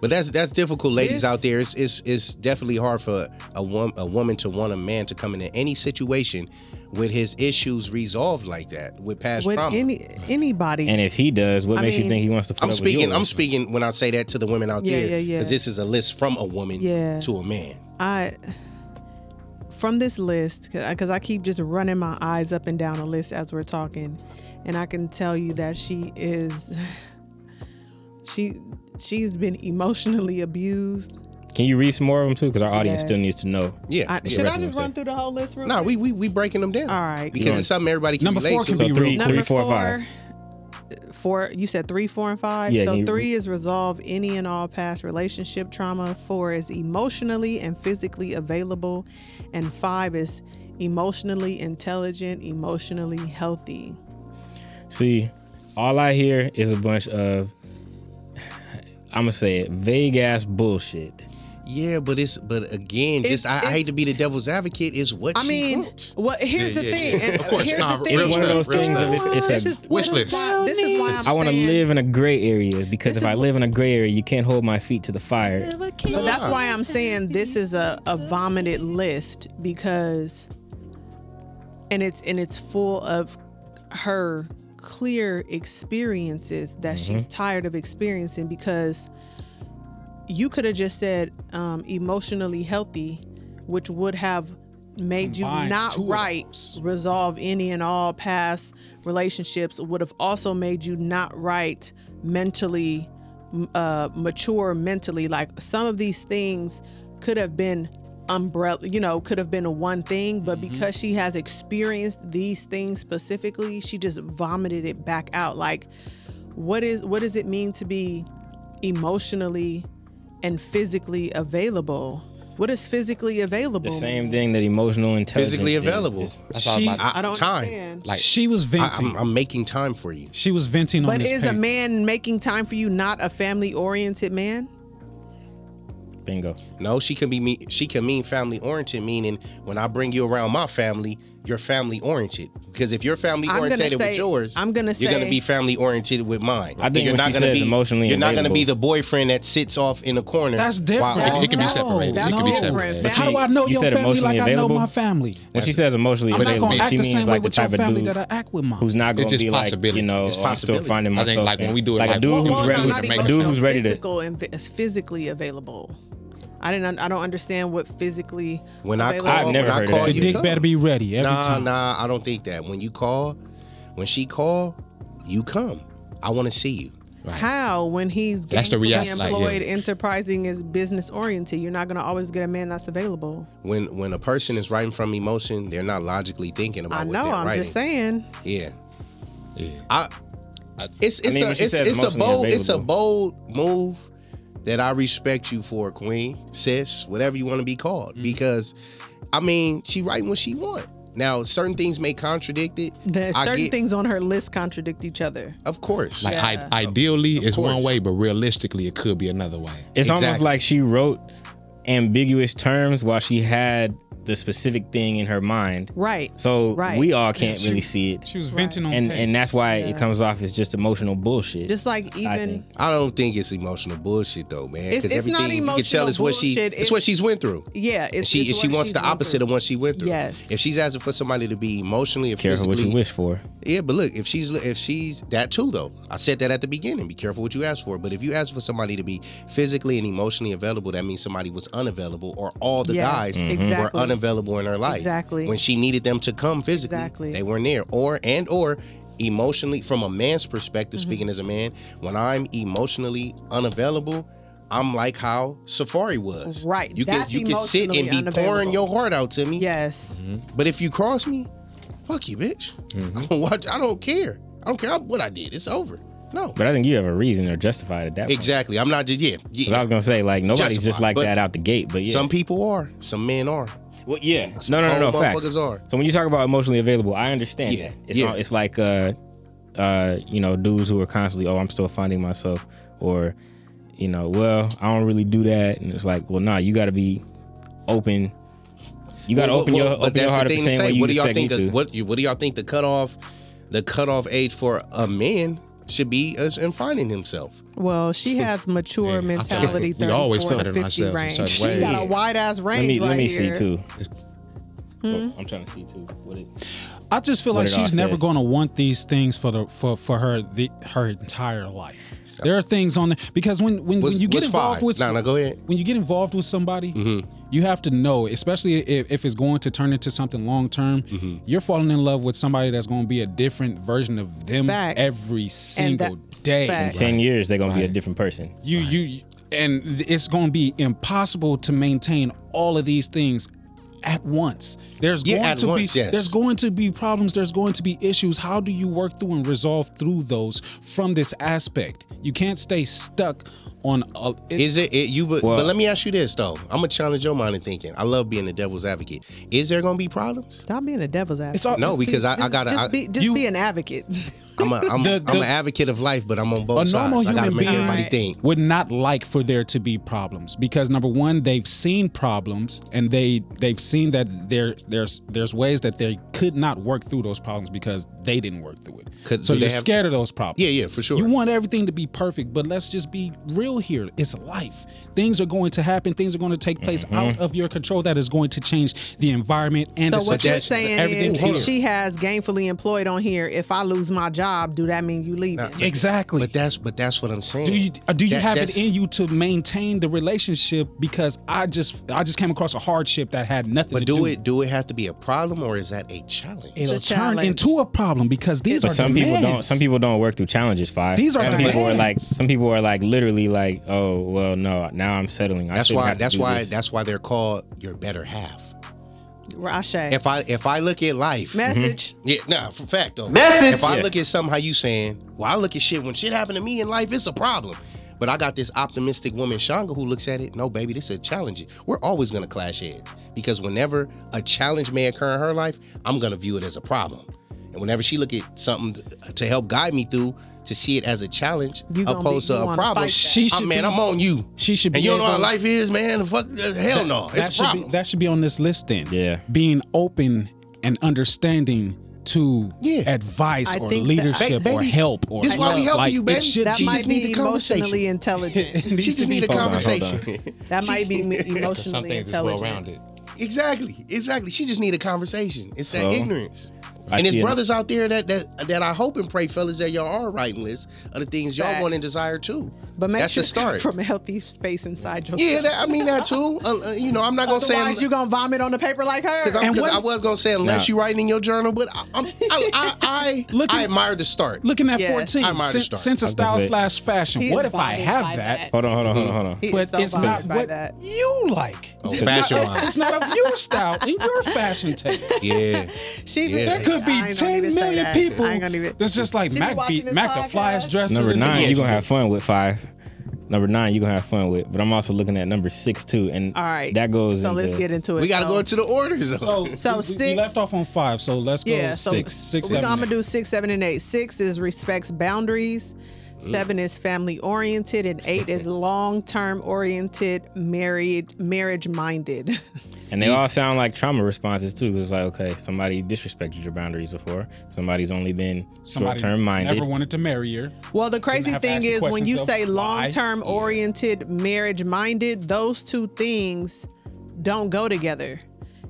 A: But that's that's difficult, ladies
C: This-
A: out there. It's, it's it's definitely hard for a wom- a woman to want a man to come into any situation with his issues resolved like that with past
C: With
A: trauma.
C: any anybody.
D: And if he does, what
C: I
D: makes you
C: mean,
D: think he wants to? Put
A: I'm
D: up
A: speaking.
D: With
A: I'm
D: yours?
A: speaking when I say that to the women out
C: Yeah,
A: there,
C: yeah, yeah.
A: this is a list from a woman
C: Yeah.
A: to a man.
C: I from this list because I keep just running my eyes up and down the list as we're talking, and I can tell you that she is she she's been emotionally abused.
D: Can you read some more of them too? Because our audience
C: Yes.
D: still needs to know.
A: Yeah.
C: I,
A: yeah.
C: should
D: rest
C: I
D: of
C: just
D: them
C: run through the whole list? Real
A: Nah,
C: quick?
A: we we we breaking them down.
C: All right.
A: Because it's something everybody can
B: Number
A: relate
B: four
A: to.
B: can
D: So
B: be
D: three-
B: real quick.
C: Number
D: four, five.
C: Four, you said three, four, and five.
D: Yeah, can
C: so
D: you-
C: three is resolve any and all past relationship trauma. Four is emotionally and physically available, and five is emotionally intelligent, emotionally healthy.
D: See, all I hear is a bunch of I'm gonna say it vague ass bullshit.
A: Yeah, but it's but again,
C: It's-
A: just I, I
C: it's-
A: hate to be the devil's advocate. Is what
C: I
A: she
C: mean,
A: wants.
C: well, here's
E: Yeah,
C: the
E: yeah,
C: thing.
E: yeah.
C: and
E: Of course,
C: here's
E: nah,
C: the
E: real
C: thing.
D: It's one of those
E: real
D: things of it, it's a
C: This is- this
E: wish
C: is
E: list.
C: why- This is why I'm
D: I want to
C: saying-
D: live in a gray area because
C: This
D: if
C: is
D: I
C: what-
D: live in a gray area, you can't hold my feet to the fire.
C: But that's why I'm saying this is a, a vomited list because and it's and it's full of her clear experiences that she's
B: Mm-hmm.
C: tired of experiencing because you could have just said um, emotionally healthy, which would have made you
B: Combined
C: not
B: two of
C: right
B: those.
C: resolve any and all past relationships would have also made you not right mentally m- uh mature mentally like some of these things could have been umbrella you know could have been one thing but because she has experienced these things specifically she just vomited it back out like what is what does it mean to be emotionally and physically available what is physically available
D: The
C: mean?
D: same thing that emotional intelligence
A: Physically
D: is.
A: available.
D: It's-
E: That's all
B: She-
E: about
A: I,
C: I don't
A: time.
C: understand.
E: like
B: She was
A: I,
B: venting.
A: am I'm making time for you.
B: she was venting on
C: But
B: this
C: is a
B: page.
C: man making time for you not a family oriented man?
D: Bingo.
A: No, she can be me. She can mean family oriented, meaning when I bring you around my family, you're family oriented. Because if you're family
C: I'm gonna
A: oriented with
C: say-
A: yours,
C: I'm gonna
A: you're gonna
C: say-
A: be family oriented with mine.
D: I
A: And
D: think
A: you're
D: when she
A: gonna
D: says
A: be
D: emotionally
A: You're not gonna
D: available-
A: be the boyfriend that sits off in a corner.
B: That's
A: while
B: different.
A: all-
E: It- it can be
B: No,
E: separated. It can be
B: no.
E: separated.
B: But
D: But
B: how
D: she-
B: do I know
D: you
B: your
D: said
B: family like
D: emotionally
B: I know
D: available?
B: my family?
D: When she says emotionally
B: I'm not
D: available,
B: gonna act
D: she
B: the
D: means
B: same way
D: like the
B: with your
D: type of
B: family
D: dude
B: that I act with, mom.
D: who's not going to
E: just
D: be like,
E: possibility.
D: you know,
E: It's
D: oh, I'm still
A: possibility.
D: finding
E: I
D: myself.
E: think, like, when
D: and-
E: we do it,
D: like a
E: like,
D: dude
E: Well,
D: who's
E: well,
D: ready,
E: no,
D: a
E: not
D: dude who's ready to.
C: physical and is physically available. I didn't. I don't understand what physically.
A: When I
C: available-
A: call,
D: I've never
A: when I
D: heard of
A: call
D: that.
B: the
A: you,
B: dick
A: come.
B: better be ready every
A: nah,
B: time.
A: nah. I don't think that. When you call, when she call, you come. I want to see you.
C: how when he's
E: That's the
C: gainfully
E: reaction, like, yeah.
C: employed, enterprising is business oriented. You're not gonna always get a man that's available.
A: When when a person is writing from emotion, they're not logically thinking about
C: I
A: what
C: know.
A: they're
C: I'm
A: writing.
C: just saying.
A: Yeah.
E: Yeah.
A: I it's
D: I
A: it's
D: mean,
A: a
D: when she
A: it's,
D: says
A: it's a
D: emotionally
A: bold it's a
D: available.
A: bold move that I respect you for, Queen, sis, whatever you want to be called.
D: Mm-hmm.
A: Because I mean, she writing what she want. Now, certain things may contradict it.
C: that
A: I
C: certain
A: get-
C: things on her list contradict each other.
A: Of course.
E: like
C: Yeah.
E: I, ideally it's one
A: course.
E: way, but realistically it could be another way.
D: It's almost
A: Exactly.
D: like she wrote ambiguous terms while she had the specific thing in her mind.
C: Right.
D: So
C: Right.
D: we all can't
B: she-
D: really see it.
B: She was venting on
D: And
B: page.
D: and that's why it comes off as just emotional bullshit.
C: Just like even
D: think.
A: I don't think it's emotional bullshit though, man.
C: It's-
A: Because
C: it's not
A: everything you can tell
C: emotional
A: is what she
C: bullshit.
A: it's what she's went through.
C: yeah, it's,
A: she
C: it's
A: she
C: what
A: wants
C: she's
A: the
C: going
A: opposite
C: through.
A: of what she went through.
C: Yes.
A: If she's asking for somebody to be emotionally or
D: Careful what
A: physically
D: you wish for.
A: Yeah, but look, if she's if she's that too though, I said that at the beginning. Be careful what you ask for. But if you ask for somebody to be physically and emotionally available, that means somebody was unavailable, or all the
C: Yes,
A: guys were
C: exactly.
A: unavailable in her life.
C: Exactly.
A: When she needed them to come physically,
C: Exactly.
A: they weren't there. Or and or emotionally, from a man's perspective,
C: Mm-hmm.
A: speaking as a man, when I'm emotionally unavailable. I'm like how Safari was.
C: Right.
A: You can
C: That's
A: you can sit and
C: emotionally
A: be pouring
C: unavailable.
A: your heart out to me.
C: Yes.
D: Mm-hmm.
A: But if you cross me, fuck you, bitch. I don't watch. I don't care. I don't care what I did. It's over. No.
D: But I think you have a reason or justified at that point.
A: Exactly. I'm not just yeah.
D: Because I
A: yeah.
D: was gonna say like nobody's just
A: Justified,
D: like
A: but
D: that out the gate, but yeah.
A: Some people are. Some men are.
D: Well, yeah. No, no, no,
A: cold
D: no. Facts.
A: motherfuckers are.
D: So when you talk about emotionally available, I understand
A: Yeah,
D: that. It's
A: yeah.
D: not, it's like uh, uh, you know, dudes who are constantly, oh, I'm still finding myself, or you know, well, I don't really do that, and it's like, well, nah, you got to be open. You got to
A: Well,
D: open
A: well,
D: your
A: but
D: open your
A: that's
D: heart up the
A: to
D: same way you
A: What do y'all
D: expect me
A: think?
D: to.
A: Of, what you- What do y'all think the cutoff, the cutoff age for a man should be as in finding himself?
C: Well, she has
E: Yeah, I
C: mature
E: feel like
C: mentality.
E: we always
C: 34
E: better
C: to
E: than
C: 50
E: ourselves in
C: range.
E: certain
C: She
E: ways.
C: got a wide ass range
D: let me
C: right
D: let me
C: here.
D: see too.
A: Hmm?
D: Well, I'm trying to see too. What it,
B: I just feel
D: What
B: like
D: it all
B: she's never
D: says.
B: going to want these things for the for for her the, her entire life. There are things on there because when when,
A: What's-
B: when you get
A: what's
B: involved
A: five?
B: with
A: Nah, nah, go ahead. Mm-hmm.
B: when you get involved with somebody, you have to know, especially if, if it's going to turn into something long term.
A: Mm-hmm.
B: You're falling in love with somebody that's going to be a different version of them
C: Facts.
B: every single
C: that-
B: day.
C: facts.
D: Ten years, they're gonna be a different person.
B: You you and it's going to be impossible to maintain all of these things at once. There's
A: Yeah,
B: going
A: at
B: to
A: once,
B: be
A: yes.
B: there's going to be problems, there's going to be issues. How do you work through and resolve through those from this aspect? You can't stay stuck on a, it-
A: Is it, it you? But,
D: Well-
A: but let me ask you this though. I'm gonna challenge your mind and thinking. I love being the devil's advocate. Is there gonna be problems?
C: Stop being a devil's advocate.
B: it's all
A: No, because I, I
C: Just-
A: gotta. I,
C: just, be, just
B: You-
C: be an advocate.
A: I'm a, I'm,
B: The-
A: I'm
B: the-
A: an advocate of life, but I'm on both
B: a normal
A: sides. I gotta
B: human
A: make
B: being
A: everybody think.
B: would not like for there to be problems because number one they've seen problems and they they've seen that there there's there's ways that they could not work through those problems because they didn't work through it.
A: Could-
B: so
A: do they
B: you're
A: have-
B: scared of those problems.
A: Yeah, yeah, for sure.
B: You want everything to be perfect, but let's just be real here. It's life. Things are going to happen. Things are going to take place out of your control. That is going to change the environment and
C: So
B: the
C: what you're
A: that's-
C: saying
B: everything
C: is
B: here.
C: she has gainfully employed on here. If I lose my job, do that mean you leaving?
B: Exactly.
A: But that's but that's what I'm saying.
B: do you uh, do you
A: That-
B: have
A: that's-
B: it in you to maintain the relationship? Because I just I just came across a hardship that had nothing
A: But
B: to
A: do it do it have to be a problem or is that a challenge?
B: It'll
C: It's a
B: turn
C: challenge.
B: into a problem because these
D: But
B: are
D: some people don't.
B: demands.
D: Some people don't work through challenges. Five.
B: These are
D: some people are
B: demands.
D: like. Some people are like literally like, oh well, no, now I'm settling. I
A: That's
D: shouldn't
A: why
D: have to
A: that's
D: do
A: why
D: this."
A: that's why they're called your better half.
C: Rashe.
A: If I if I look at life,
C: Message.
B: Mm-hmm.
A: yeah, nah, for fact though.
F: Message.
A: If I
D: Yeah.
A: look at something how you saying, well, I look at shit when shit happened to me in life, it's a problem. But I got this optimistic woman, Shanga, who looks at it. No, baby, this is a challenge. We're always gonna clash heads because whenever a challenge may occur in her life, I'm gonna view it as a problem. And whenever she look at something to help guide me through, to see it as a challenge
C: You gonna be-
A: opposed
C: you
A: to a
C: wanna
A: problem,
C: fight
B: She
A: I-
B: should
A: man,
B: be-
A: I'm on you.
B: she should
A: And
B: be
A: you don't know how
B: able-
A: life is, man. Fuck, uh, hell no,
B: that
A: it's a
B: should be
A: problem.
B: that should be on this list then.
D: Yeah.
B: Being open and understanding to
A: Yeah.
B: advice
C: I
B: or
C: think that-
B: leadership
A: Ba-
B: or
A: baby,
B: help or
A: this why we
B: love.
A: helping
B: Like,
A: you,
B: it
A: baby.
B: should
C: that
A: she
C: might
A: just
C: be
A: need the conversation.
C: emotionally intelligent.
B: it needs
A: She just
B: to be
A: need a
D: Hold on, hold
A: conversation.
C: That might be me-
E: Because some
C: emotionally
E: things is well
C: intelligent.
E: rounded.
A: exactly, exactly. She just need a conversation. It's that
D: So,
A: ignorance.
D: I
A: and it's
D: see it.
A: brothers out there that that that I hope and pray, fellas, that y'all are writing lists of the things y'all
C: Facts.
A: want and desire too.
C: But make
A: that's
C: sure
A: the start.
C: from a healthy space inside yourself.
A: yeah, that, I mean that too. Uh, uh, you know, I'm not gonna say
C: Otherwise, you gonna vomit on the paper like her.
A: because I,
B: And
A: 'cause
B: what-
A: I was gonna say unless
D: Nah.
A: you writing in your journal, but I, I'm, I, I, I,
B: Look
A: I
B: at-
A: admire the start.
B: Looking at
C: Yeah.
B: 14,
A: I might have
B: sen-
A: started.
B: sense of
D: I was gonna
B: style
D: say-
B: slash fashion.
C: He
B: What
C: is
B: if I
C: bothered by
B: have that?
D: Hold on, hold on, hold on, hold on.
C: He is
B: But
C: so
B: it's not
C: bothered by
B: what
C: that.
B: you like.
A: Oh,
B: It's
A: fashion
B: not-
A: line.
B: It's not of your style and your fashion taste.
A: Yeah,
C: She
A: Yeah.
B: There could
C: I
B: be
C: ain't gonna even
B: 10
C: say
B: million
C: that.
B: people
C: I ain't gonna even.
B: that's just like
C: She be
B: Mac,
C: watching
B: be,
C: this
B: Mac the
C: podcast?
B: flyest dresser.
D: Number
B: in the
D: nine,
A: Yeah,
D: you're
A: she
D: gonna
A: did.
D: have fun with five. Number nine, you're gonna have fun with. But I'm also looking at number six too, and
C: All right.
D: that goes.
C: So
D: into,
C: let's get into it.
A: we gotta
C: So-
A: go into the orders. though.
B: So,
C: So
B: we- we,
C: six-
B: left off on five. So let's go
C: Yeah, so
B: Oh, six, six,
C: we
B: seven,
C: I'm gonna
B: eight.
C: do six, seven, and eight. Six is respects boundaries. Seven is family oriented, and eight is long term oriented, married, marriage minded.
D: And they all sound like trauma responses too. 'cause it's like, okay, somebody disrespected your boundaries before. Somebody's only been short
B: Somebody
D: term minded.
B: Never wanted to marry her.
C: Well, the crazy
B: have to ask
C: thing
B: the
C: is when
B: questions
C: you
B: of
C: say
B: why.
C: long term oriented, marriage minded, those two things don't go together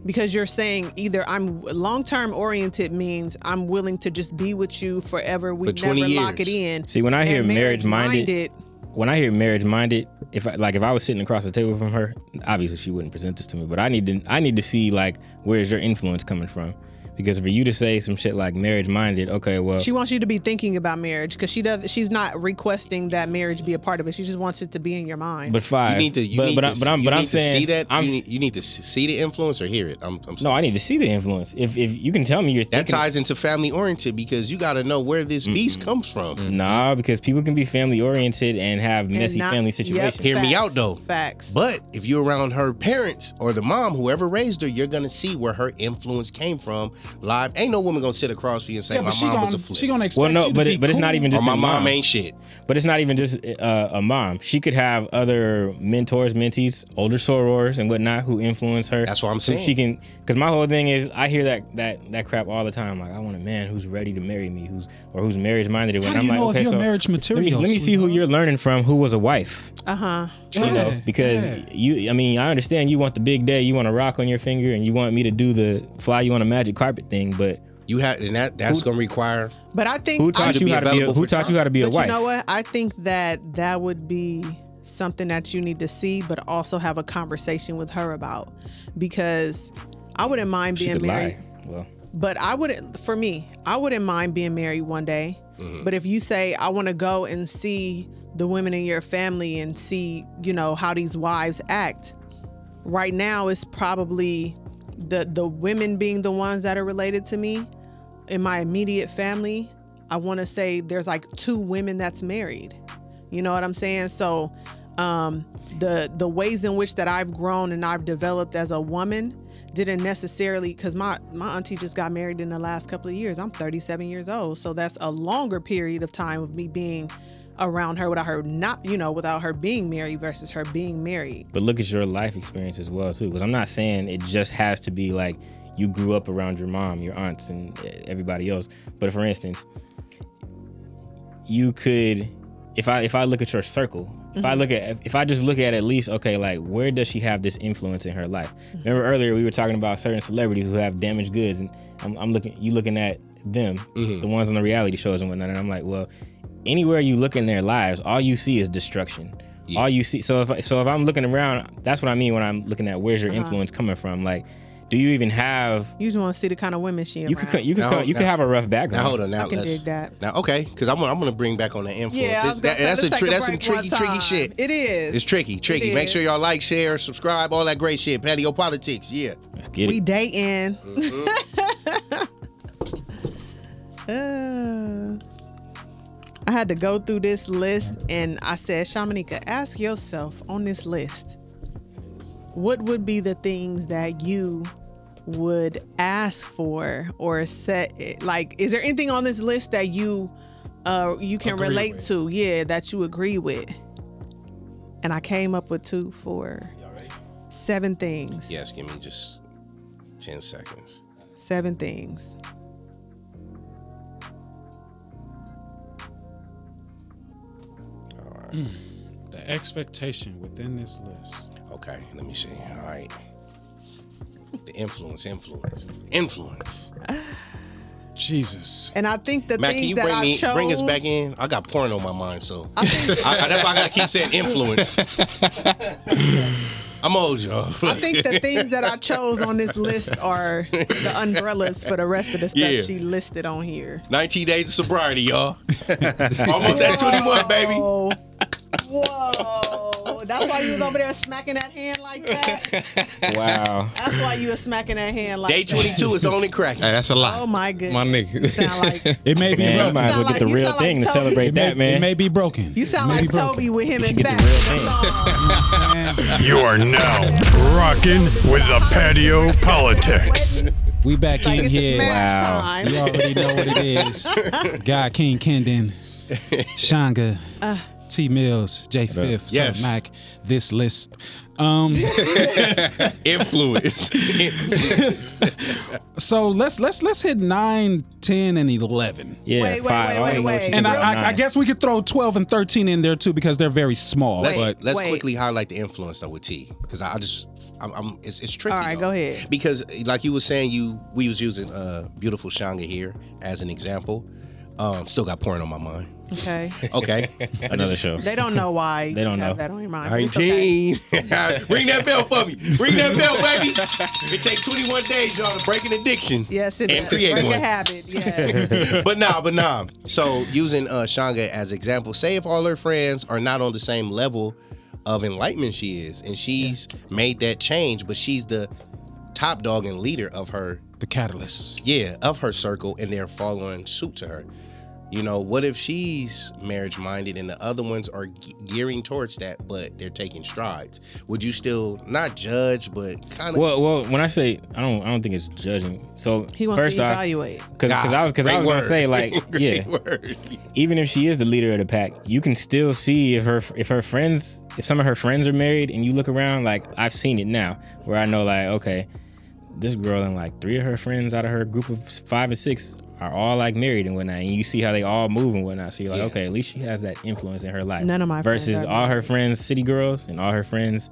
C: because you're saying either I'm long term oriented means I'm willing to just be with you forever. We
A: For 20
C: never lock
A: years.
C: it in.
D: See, when I hear
C: And
D: marriage minded, when I hear marriage minded, if I, like if I was sitting across the table from her, obviously she wouldn't present this to me. But I need to I need to see like where is your influence coming from? Because for you to say some shit like marriage minded, okay, well,
C: She wants you to be thinking about marriage because she does. She's not requesting that marriage be a part of it. She just wants it to be in your mind.
D: but five.
A: You need to, you
D: but,
A: need
D: but,
A: to,
D: I- but I'm
A: you
D: but I'm
A: need to
D: saying
A: see that.
D: I'm,
A: you, need, you need to s- see the influence or hear it. I'm, I'm
D: no, I need to see the influence. If if you can tell me you're
A: That
D: thinking
A: ties into family oriented because you got to know where this beast comes from.
D: Nah, because people can be family oriented and have messy
C: not-
D: family
C: yep.
D: situations.
A: Hear me
C: Facts.
A: out though.
C: Facts.
A: But if you're around her parents or the mom, whoever raised her, you're gonna see where her influence came from. Live, ain't no woman gonna sit across from you and say,
B: Yeah,
A: "My
B: but she
A: mom
B: gonna,
A: was a flip,"
B: she gonna expect
D: Well, no,
B: you to
D: but
B: be
D: it, but it's not
B: cool.
D: even
A: or
D: just
A: my
D: a
A: mom,
D: mom.
A: ain't shit.
D: But it's not even just uh, a mom. She could have other mentors, mentees, older sorors, and whatnot who influence her.
A: That's what I'm
D: Who
A: saying.
D: She can, because my whole thing is, I hear that that that crap all the time. Like, I want a man who's ready to marry me, who's or who's marriage minded.
B: How
D: And
B: do
D: I'm
B: you
D: like,
B: know if
D: okay,
B: you're
D: so
B: marriage
D: let me,
B: material?
D: let me see who
B: sweetheart?
D: you're learning from, who was a wife.
C: Uh huh.
D: you know,
B: Yeah,
D: because
B: yeah.
D: you, I mean, I understand you want the big day, you want a rock on your finger, and you want me to do the fly you on a magic carpet thing, but
A: You have, and that that's gonna require.
C: But I think
D: who
C: I-
D: taught
A: to
D: you
A: be
D: how to be? A,
A: available
D: who
A: for
D: taught you how to be a
C: but
D: wife?
C: you know what? I think that that would be something that you need to see, but also have a conversation with her about because I wouldn't mind
D: She
C: being
D: could
C: married.
D: lie. Well,
C: But I wouldn't, for me, I wouldn't mind being married one day. But if you say, I want to go and see the women in your family and see, you know, how these wives act, right now it's probably the, the women being the ones that are related to me in my immediate family. I want to say there's like two women that's married. You know what I'm saying? So, um, the the ways in which that I've grown and I've developed as a woman didn't necessarily because my my auntie just got married in the last couple of years. I'm 37 years old, so that's a longer period of time of me being around her without her not you know without her being married versus her being married.
D: but look at your life experience as well too, because I'm not saying it just has to be like you grew up around your mom, your aunts, and everybody else. But for instance, you could, if I if I look at your circle, if I look at if I just look at at least okay, like where does she have this influence in her life? Remember earlier we were talking about certain celebrities who have damaged goods, and I'm, I'm looking you looking at them,
A: Mm-hmm.
D: the ones on the reality shows and whatnot, and I'm like, well, anywhere you look in their lives, all you see is destruction. All you see, so if I- so if I'm looking around, that's what I mean when I'm looking at where's your influence coming from. Like, do you even have
C: You just want to see the kind of women she
D: you
C: around.
D: could you could
A: Now,
D: come- you could
A: now-
D: have a rough background.
A: Now hold on. Now
C: I can
A: let's.
C: dig that.
A: Now okay, because I'm gonna- I'm gonna bring back on the influence.
C: Yeah, I was
A: It's-
C: gonna
A: that-
C: say,
A: that's
C: let's
A: a
C: take a
A: that's some
C: break one
A: tricky tricky
C: time.
A: shit.
C: It is.
A: It's tricky tricky.
C: It
A: Make
C: is.
A: sure y'all like, share, subscribe, all that great shit. Patio politics. Yeah.
D: Let's get
C: We
D: it.
C: dating. Uh, I had to go through this list and I said, Shamanika, ask yourself on this list, what would be the things that you would ask for or set like is there anything on this list that you uh you can relate to yeah that you agree with and i came up with two for seven things
A: Yes. Give me just ten seconds.
C: Seven things.
B: The expectation within this list.
A: Okay. Let me see. All right. The influence, influence, influence.
B: Jesus.
C: And I think the
A: Mac,
C: things
A: can you
C: that
A: bring
C: I
A: me
C: chose,
A: bring us back in? I got porn on my mind, so
C: I think,
A: I, I- that's why I gotta keep saying influence. I'm old, y'all.
C: I think the things that I chose on this list are the umbrellas for the rest of the stuff
A: Yeah.
C: she listed on here.
A: 19 days of sobriety, y'all. Almost
C: Oh,
A: at 21, baby.
C: Whoa. Whoa. That's why you was over there smacking that hand like that.
D: Wow.
C: That's why you were smacking that hand like
A: Day
C: that.
A: 22 is only cracking.
E: Hey, that's a lot.
C: Oh my goodness.
E: My
C: You
E: nigga.
C: sound like
B: It may be
D: Man, I
B: broken.
D: might as well
C: sound
D: get the
C: like- you
D: real
C: sound like
D: thing to
C: Toby.
D: celebrate
B: It may,
D: that, man.
B: it may be broken.
C: you sound
B: It may
C: like
B: be broken.
C: Toby with him and
D: get the
C: back in
D: real
C: the song.
G: You are now rocking with the patio politics.
B: We back
C: Like
B: in
C: it's
B: here.
C: smash
D: Wow.
C: time.
B: You already know what it is. God King Kendon, Shanga, T Mills, J Fifth,
A: Uh. Yes.
B: Sir Mac, this list. Um,
A: Influence.
B: so let's let's let's hit 9, 10, and eleven.
D: yeah,
C: Wait, wait,
D: five.
C: wait,
D: I don't
C: wait,
D: know what you
C: wait.
B: And
D: think
B: I,
D: about
B: I, I
D: nine.
B: guess we could throw twelve and thirteen in there too because they're very small.
A: let's
B: but
A: let's
C: Wait.
A: quickly highlight the influence though with T because I, I just I'm, I'm it's, it's tricky.
C: All right,
A: though.
C: go ahead.
A: Because like you were saying, you we was using uh beautiful Shanga here as an example. Um, still got porn on my mind.
C: Okay.
A: Okay,
D: another show.
C: They don't know why
D: They don't
C: you have
D: know.
C: that on your mind. It's okay.
A: 19. Ring that bell for me. Ring that bell, baby. It takes 21 days, y'all, to break an addiction.
C: Yes, it
A: And
C: does.
A: create
C: Break
A: one.
C: a habit. Yeah.
A: but nah, but nah. So using uh, Shanga as example, say if all her friends are not on the same level of enlightenment she is, and she's made that change, but she's the top dog and leader of her,
B: the catalyst.
A: yeah, of her circle, and they're following suit to her. You know, what if she's marriage minded and the other ones are ge- gearing towards that, but they're taking strides? Would you still not judge, but kind of?
D: Well, well, when I say I don't, I don't think it's judging. So
C: He wants
D: first
C: to
D: off,
C: evaluate.
D: because I was, because I was gonna say like, yeah, even if she is the leader of the pack, you can still see if her if her friends if some of her friends are married and you look around like I've seen it now where I know like okay, this girl and like three of her friends out of her group of five or six are all like married and whatnot, and you see how they all move and whatnot. So you're like,
A: Yeah.
D: okay, at least she has that influence in her life.
C: None of my friends
D: versus
C: are
D: all her friends, city girls, and all her friends,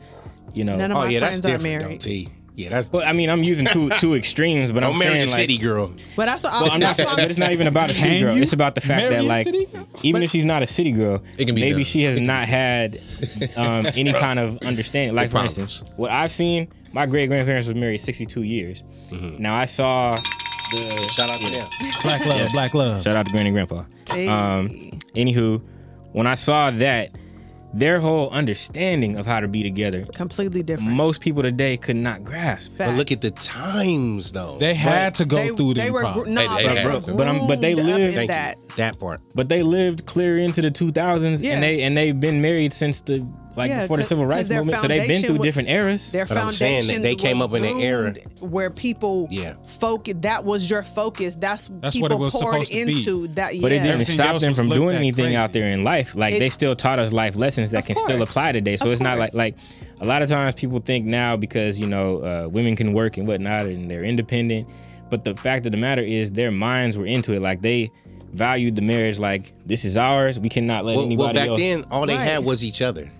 D: you know.
C: None of
A: Oh
C: my
A: yeah, that's
C: friends are
A: different though,
C: married.
A: T. Yeah, that's
D: well, I mean, I'm using two two extremes, but
A: Don't
D: I'm
A: marry
D: saying
A: a
D: like,
A: city girl.
C: But that's what I,
D: Well, I'm not.
C: that's what
D: But it's not even about a city
B: Can
D: girl.
B: you
D: It's about the fact
B: marry
D: that
B: a
D: like,
B: city
D: even if she's not a city girl,
E: It can be
D: maybe
E: done.
D: she has not had um, any kind of understanding. Like for
E: problems.
D: instance, what I've seen, my great grandparents was married 62 years.
E: Mm-hmm.
D: Now I saw the
A: Shout out to them.
B: Black love, black love.
D: shout out to Granny and Grandpa.
C: Hey.
D: Um, anywho, when I saw that, their whole understanding of how to be together,
C: completely different.
D: most people today could not grasp.
A: But look at the times though.
B: They had to go
C: they,
B: through
C: they
B: them.
C: were
B: problems.
C: gr- no,
E: Hey,
C: they,
E: they
C: were
E: had to.
D: But I'm- but they
C: groomed up
D: live-
C: in
A: Thank
C: that.
A: you. That part.
D: but they lived clear into the 2000s
C: Yeah.
D: and they and they've been married since the like
C: Yeah,
D: before the
C: 'cause-
D: civil
C: 'cause
D: rights
C: their
D: movement. So they've been
C: foundation
D: through
C: wa-
D: different eras.
C: Their
A: But I'm
C: foundation
A: saying that they came
C: was
A: up in an era-
C: ruined where people
A: Yeah.
C: focus that was your focus. That's,
B: That's
C: people
B: what it was
C: poured
B: supposed to be.
C: into that yeah.
D: But it didn't
B: Everything
D: stop
B: else
D: them
B: was
D: from
B: looked
D: doing
B: at
D: anything
B: crazy.
D: out there in life. Like
C: It-
D: they still taught us life lessons that
C: Of
D: can still
C: course.
D: apply today. So
C: Of
D: it's not
C: course.
D: like like a lot of times people think now because you know uh, women can work and whatnot and they're independent. But the fact of the matter is their minds were into it. Like they valued the marriage. Like this is ours. We cannot let
A: Well,
D: anybody
A: well, back
D: else.
A: then, all they had
C: Right.
A: was each other.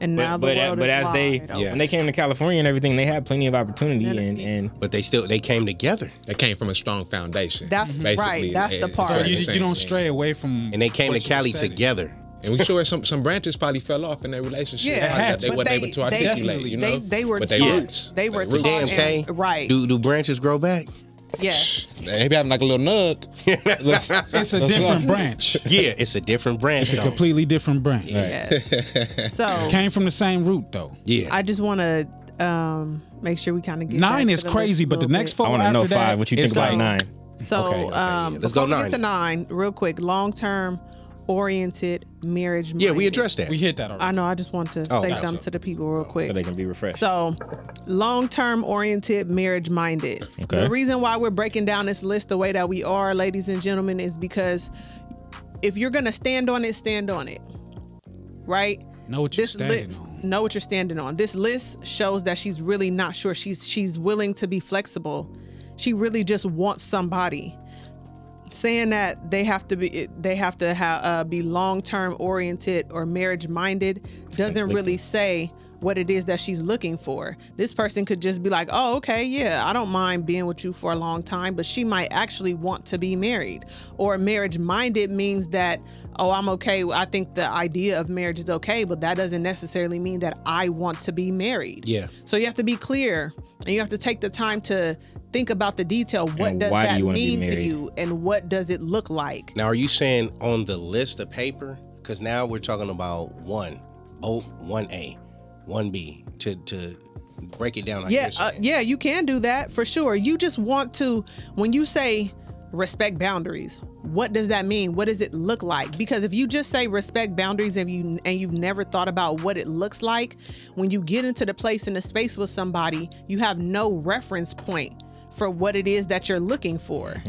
C: and now
D: but
C: the
D: but,
C: world
D: but
C: is
D: as they
C: wide open.
A: Yeah.
D: when they came to California and everything, they had plenty of opportunity
C: And-
D: and and
A: But they still they came together
E: That came from a strong foundation.
C: That's right. That's the
E: It's
C: part.
B: So
E: what
B: you,
E: I'm
B: you
E: saying.
B: don't stray away from.
A: and they came
B: what
A: to
B: you
A: Cali
B: said.
A: together.
E: And we sure some some branches probably fell off in their relationship.
C: Yeah. They
E: Probably
B: had
E: that they
B: to.
E: weren't
C: But
E: able to
C: they-
E: articulate.
B: they-
E: you know,
C: they- they were
E: but they
C: taught-
E: roots.
C: they were
E: roots.
C: taught-
A: Damn, K.
C: and- right.
A: Do do branches grow back?
C: Yes.
E: They be having like a little nug.
B: It's a different branch.
A: Yeah, it's a different branch. though.
B: Completely different branch.
C: yes. so
B: Came from the same root though.
A: yeah,
C: I just want to um, make sure we kind of get
B: Nine
C: back
B: is
C: to the
B: crazy,
C: list
B: but
C: a
B: the
C: little
B: next
C: bit.
B: four
D: I want to
B: after
D: know
B: that,
D: five. What you think
B: it's
D: about
B: like-
D: nine?
C: So
A: Okay, okay,
C: um,
A: yeah. Let's
C: before
A: go
C: we get to nine, real quick, long term oriented marriage.
A: yeah, we
C: minded.
A: addressed that.
B: We hit that already.
C: I know. I just want to
A: Oh,
C: say
A: gotcha. Oh,
C: something to the people real quick.
D: So they can be refreshed.
C: So, long term oriented, marriage minded.
D: Okay.
C: The reason why we're breaking down this list the way that we are, ladies and gentlemen, is because if you're going to stand on it, stand on it. Right?
B: Know what you're
C: this
B: standing
C: list,
B: on.
C: know what you're standing on. This list shows that she's really not sure. She's she's willing to be flexible. She really just wants somebody. Saying that they have to be they have to ha- uh, be long term oriented or marriage minded doesn't really say what it is that she's looking for. This person could just be like, "Oh, okay, yeah, I don't mind being with you for a long time," but she might actually want to be married. Or marriage minded means that, "Oh, I'm okay. I think the idea of marriage is okay, but that doesn't necessarily mean that I want to be married."
A: Yeah.
C: So you have to be clear and you have to take the time to think about the detail. What
D: And
C: does
D: why do
C: that
D: you wanna be
C: mean to
D: married?
C: you and what does it look like?
A: Now, are you saying on the list of paper? Because now we're talking about one, oh, one A, one B. To to break it down like
C: yeah,
A: you're
C: uh,
A: saying.
C: yeah, you can do that for sure. You just want to when you say respect boundaries, what does that mean? What does it look like? Because if you just say respect boundaries and you and you've never thought about what it looks like, when you get into the place and the space with somebody, you have no reference point for what it is that you're looking for.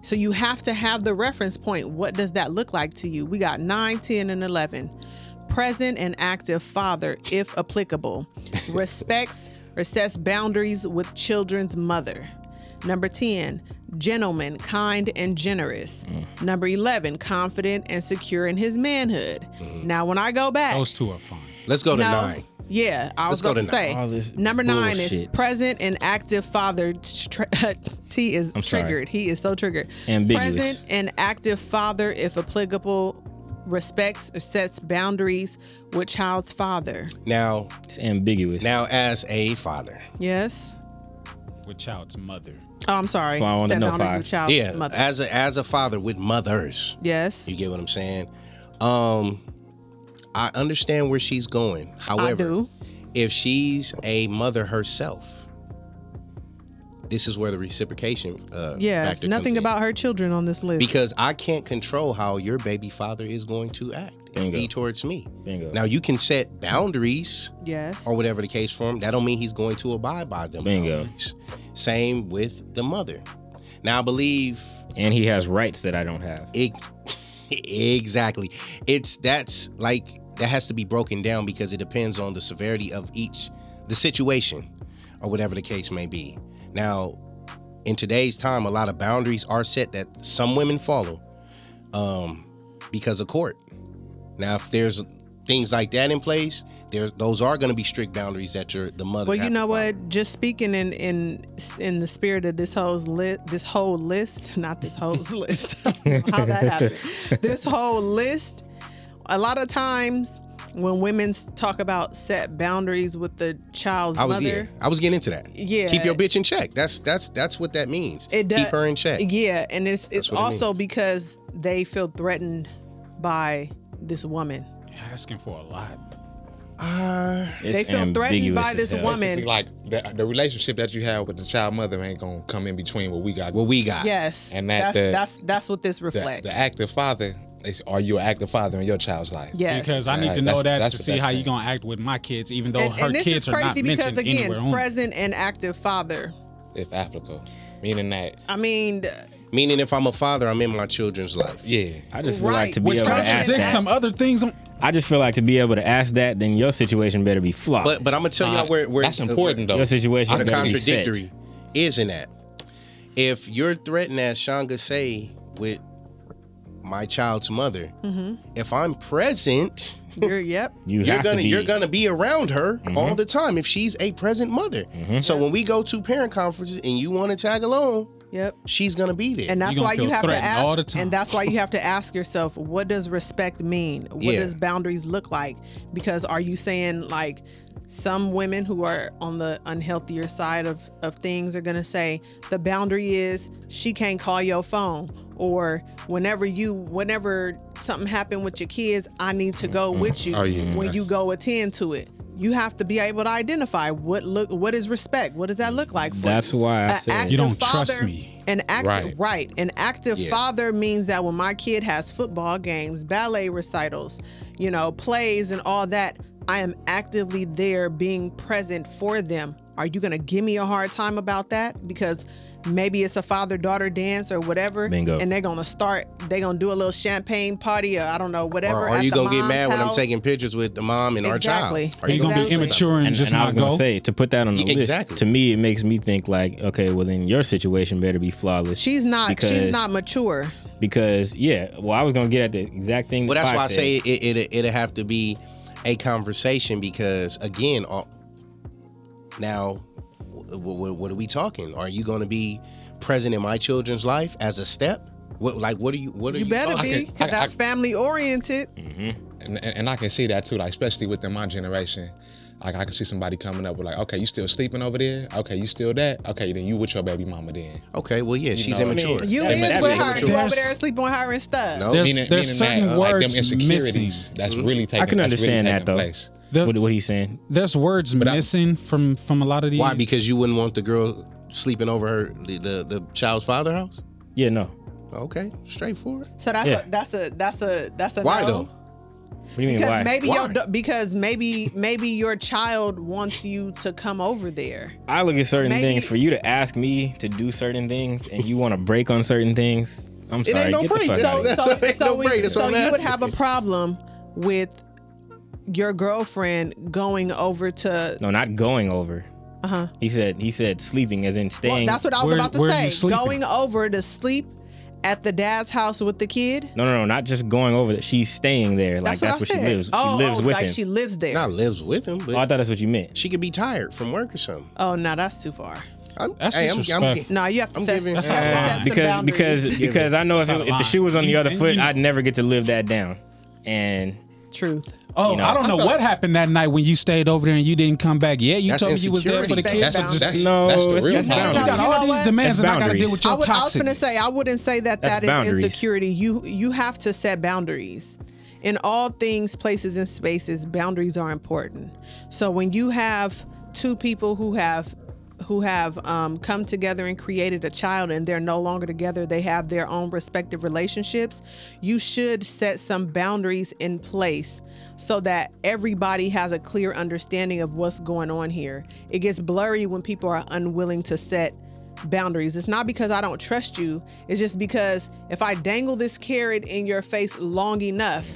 C: So you have to have the reference point. What does that look like to you? We got 9, 10, and 11. Present and active father, if applicable, respects or sets boundaries with children's mother. Number 10, gentleman, kind and generous. Number 11, confident and secure in his manhood. Now, when I go back,
B: Those two are fine.
A: Let's go to
C: no.
A: nine.
C: Yeah, I was
A: go
C: going to
A: to nine.
C: say
D: All this
C: number nine is
D: bullshit.
C: present and active father. Tr- T is
D: sorry.
C: triggered. He is so triggered.
D: Ambiguous.
C: Present and active father, if applicable, respects or sets boundaries with child's father.
A: Now,
D: It's ambiguous.
A: now as a father,
C: Yes.
B: With child's mother.
C: Oh, I'm sorry.
D: Well, I wanna
C: Set
D: know
C: boundaries
D: five.
C: with child's
A: yeah,
C: mother.
A: as a as a father with mothers.
C: yes.
A: You get what I'm saying? Um, I understand where she's going. However,
C: do.
A: if she's a mother herself, this is where the reciprocation uh,
C: Yes.
A: factor
C: Nothing
A: comes in.
C: about her children on this list.
A: because I can't control how your baby father is going to act and
D: Bingo.
A: be towards me.
D: Bingo.
A: Now you can set boundaries
C: yes.
A: or whatever the case for him. That don't mean he's going to abide by them.
D: Bingo.
A: boundaries. Same with the mother. Now I believe
D: and he has rights that I don't have.
A: it exactly. It's that's like that has to be broken down because it depends on the severity of each the situation or whatever the case may be. Now, in today's time, a lot of boundaries are set that some women follow um, because of court. Now, if there's things like that in place, there's those are going to be strict boundaries that your the mother.
C: Well, you
A: have to
C: know
A: follow.
C: what? Just speaking in in in the spirit of this whole list, this whole list, not this whole list. I don't know How that happened? This whole list. A lot of times when women s- talk about set boundaries with the child's
A: I was yeah,
C: mother,
A: I was getting into that.
C: Yeah.
A: keep your bitch in check. That's that's that's what that means.
C: It does-
A: keep her in check.
C: yeah, and it's it's
A: what it
C: also because they feel threatened by this woman.
B: Asking for a lot.
A: Uh,
D: It's
C: they feel threatened
D: ambiguous
C: by
D: as
C: this
D: hell.
C: woman.
E: Like the, the relationship that you have with the child mother ain't gonna come in between what we got.
A: what we got.
C: Yes,
E: And that-
C: that's,
E: that-
C: that's that's what this
E: the,
C: reflects.
E: the active father They say, are you an active father in your child's life?
C: Yes.
B: Because I need
E: Right,
B: to know
E: that's-
B: that
E: that's
B: to
E: the
B: see
E: best
B: how you
E: thing.
B: gonna act with my kids, even though
C: and,
B: her
C: and this
B: kids
C: is
B: are not
C: crazy because
B: mentioned
C: again,
B: anywhere. On. it.
C: present and active father.
E: If applicable. Meaning that,
C: I mean, th-
A: Meaning, if I'm a father, I'm in my children's life.
E: yeah.
D: I just feel like
C: Right,
D: to be
B: Which
D: able to ask
B: contradicts
D: that.
B: some other things. on-
D: I just feel like to be able to ask that, then your situation better be flawed.
A: But but I'm gonna tell
D: Uh,
A: y'all where where
E: that's important though.
D: your situation
A: the
D: better be set.
A: contradictory is in that. If you're threatened as Shanga say with my child's mother,
C: Mm-hmm.
A: if I'm present,
C: you're yep.
D: You
A: you're
D: have
A: gonna
D: to be, Mm-hmm.
A: you're gonna be around her all the time if she's a present mother. So when we go to parent conferences and you want to tag along,
C: Yep.
A: she's gonna be there.
C: And that's
B: gonna
C: why you
B: feel
C: have to
B: threatened
C: ask
B: all the time.
C: and that's why you have to ask yourself, what does respect mean? What
A: Yeah.
C: does boundaries look like? Because are you saying like some women who are on the unhealthier side of, of things are gonna say the boundary is she can't call your phone or whenever you whenever something happened with your kids, I need to
B: Mm-hmm.
C: go with you
E: Oh, yeah,
C: when you
E: that's-
C: go attend to it. You have to be able to identify what look what is respect? What does that look like for
D: That's why I
C: an
D: said
C: active
B: You don't
C: father,
B: trust me.
C: An active
E: Right.
C: right. An active father means that when my kid has football games, ballet recitals, you know, plays and all that, I am actively there being present for them. Are you gonna give me a hard time about that? Because maybe it's a father-daughter dance or whatever.
D: Bingo.
C: And they're gonna start, they're gonna do a little champagne party or I don't know, whatever.
A: or are
C: at
A: you
C: the
A: gonna get
C: mom's
A: mad when I'm
C: house.
A: taking pictures with the mom and our
C: Exactly.
A: child?
B: Are you gonna be
C: Exactly.
B: immature and,
D: and,
B: just
D: and I
B: not
D: was gonna
B: go?
D: say to put that on the
A: Yeah,
D: list.
A: exactly.
D: To me, it makes me think like, okay, well then your situation better be flawless.
C: She's not
D: Because-
C: she's not mature.
D: because yeah, well I was gonna get at the exact thing.
A: Well,
D: that
A: that's
D: Pac
A: why I
D: said.
A: say it, it, it it'll have to be a conversation because again, all- now what, what are we talking? Are you going to be present in my children's life as a step? What like what are you? What are you?
C: You better
A: talking-
C: be,
E: I can- I-
C: because
E: I-
C: that's family oriented.
E: and, and, and I can see that too, like especially within my generation. Like I can see somebody coming up with like, okay, you still sleeping over there? Okay, you still that? Okay, then you with your baby mama then.
A: Okay, well yeah, she's
E: know, I
A: immature.
D: mean,
C: You
D: That-
C: is
D: that
C: with
D: makes
C: her.
D: sense.
C: You over there sleeping with her and stuff.
A: No.
B: There's there's certain
E: uh,
B: words
E: insecurities
B: missing.
E: that's really taking.
D: I can
E: that's
D: understand
E: really
D: that
E: taking
D: though.
E: Place.
B: There's-
D: What, what he's saying.
B: There's words
E: I-
B: missing from from a lot of these.
A: Why? Because you wouldn't want the girl sleeping over her the the, the child's father house.
D: Yeah, no.
A: Okay, straightforward.
C: So that's
D: Yeah.
C: a that's a that's a that's a
A: Why
C: no.
A: though?
D: What do you mean?
C: Because
D: why?
C: maybe
A: Why?
C: your do- because maybe maybe your child wants you to come over there.
D: I look at certain
C: Maybe-
D: things for you to ask me to do certain things, and you want to break on certain things. I'm
A: ain't
D: sorry.
A: no
D: get the
A: break,
D: fuck
A: though.
D: out of here.
A: That's
C: so
A: what-
C: so,
A: don't
C: we-
A: break, that's
C: so
A: what I'm
C: you would
A: asking.
C: have a problem with your girlfriend going over to
D: No, not going over.
C: uh huh.
D: He said. He said sleeping, as in
C: Well,
D: staying.
C: that's what I was
B: Where-
C: about to
B: where are you
C: say.
B: sleeping?
C: Going over to sleep at the dad's house with the kid.
D: no, no, no. Not just going over. That she's staying there. Like
C: That's,
D: that's,
C: what,
D: where
C: I
D: she
C: said.
D: lives.
C: Oh,
D: she lives
C: oh,
D: with
C: like
D: him.
C: she lives there.
A: Not lives with him,
D: oh, I
A: but
D: thought that's what you meant.
A: she could be tired from work or something.
C: Oh no, that's too far.
A: I'm,
B: That's
A: hey, I'm, I'm,
B: disrespectful.
C: No, you have to
A: I'm
C: set,
A: giving-
C: you
A: That's
C: have
A: not
C: to
A: mine.
C: set some
D: Uh, because
C: boundaries.
D: because because I know if,
B: That's
D: it,
B: not
D: if the
B: lying.
D: shoe was on the
B: You-
D: other
B: and
D: foot,
B: you-
D: I'd never get to live that down. And
C: truth.
B: oh,
D: you know,
B: I don't know what happened that night when you stayed over there and you didn't come back. Yeah, you
A: That's
B: told me you was there for the
A: insecurity.
B: kids.
E: That's,
B: but
E: that's,
B: just-
E: that's,
D: No,
E: that's the
D: it's-
E: real
D: that's not-
B: you
D: boundaries.
B: got
C: You know
B: all these
C: what?
B: demands,
D: That's
B: and I got to deal
D: boundaries.
B: with
C: I
B: your
C: would- I was
B: toxic.
C: gonna say I wouldn't say that
D: That's
C: that is
D: boundaries.
C: insecurity. You you have to set boundaries. In all things, places and spaces, boundaries are important. So when you have two people who have who have um, come together and created a child and they're no longer together they have their own respective relationships you should set some boundaries in place so that everybody has a clear understanding of what's going on here it gets blurry when people are unwilling to set boundaries. It's not because I don't trust you. It's just because if I dangle this carrot in your face long enough,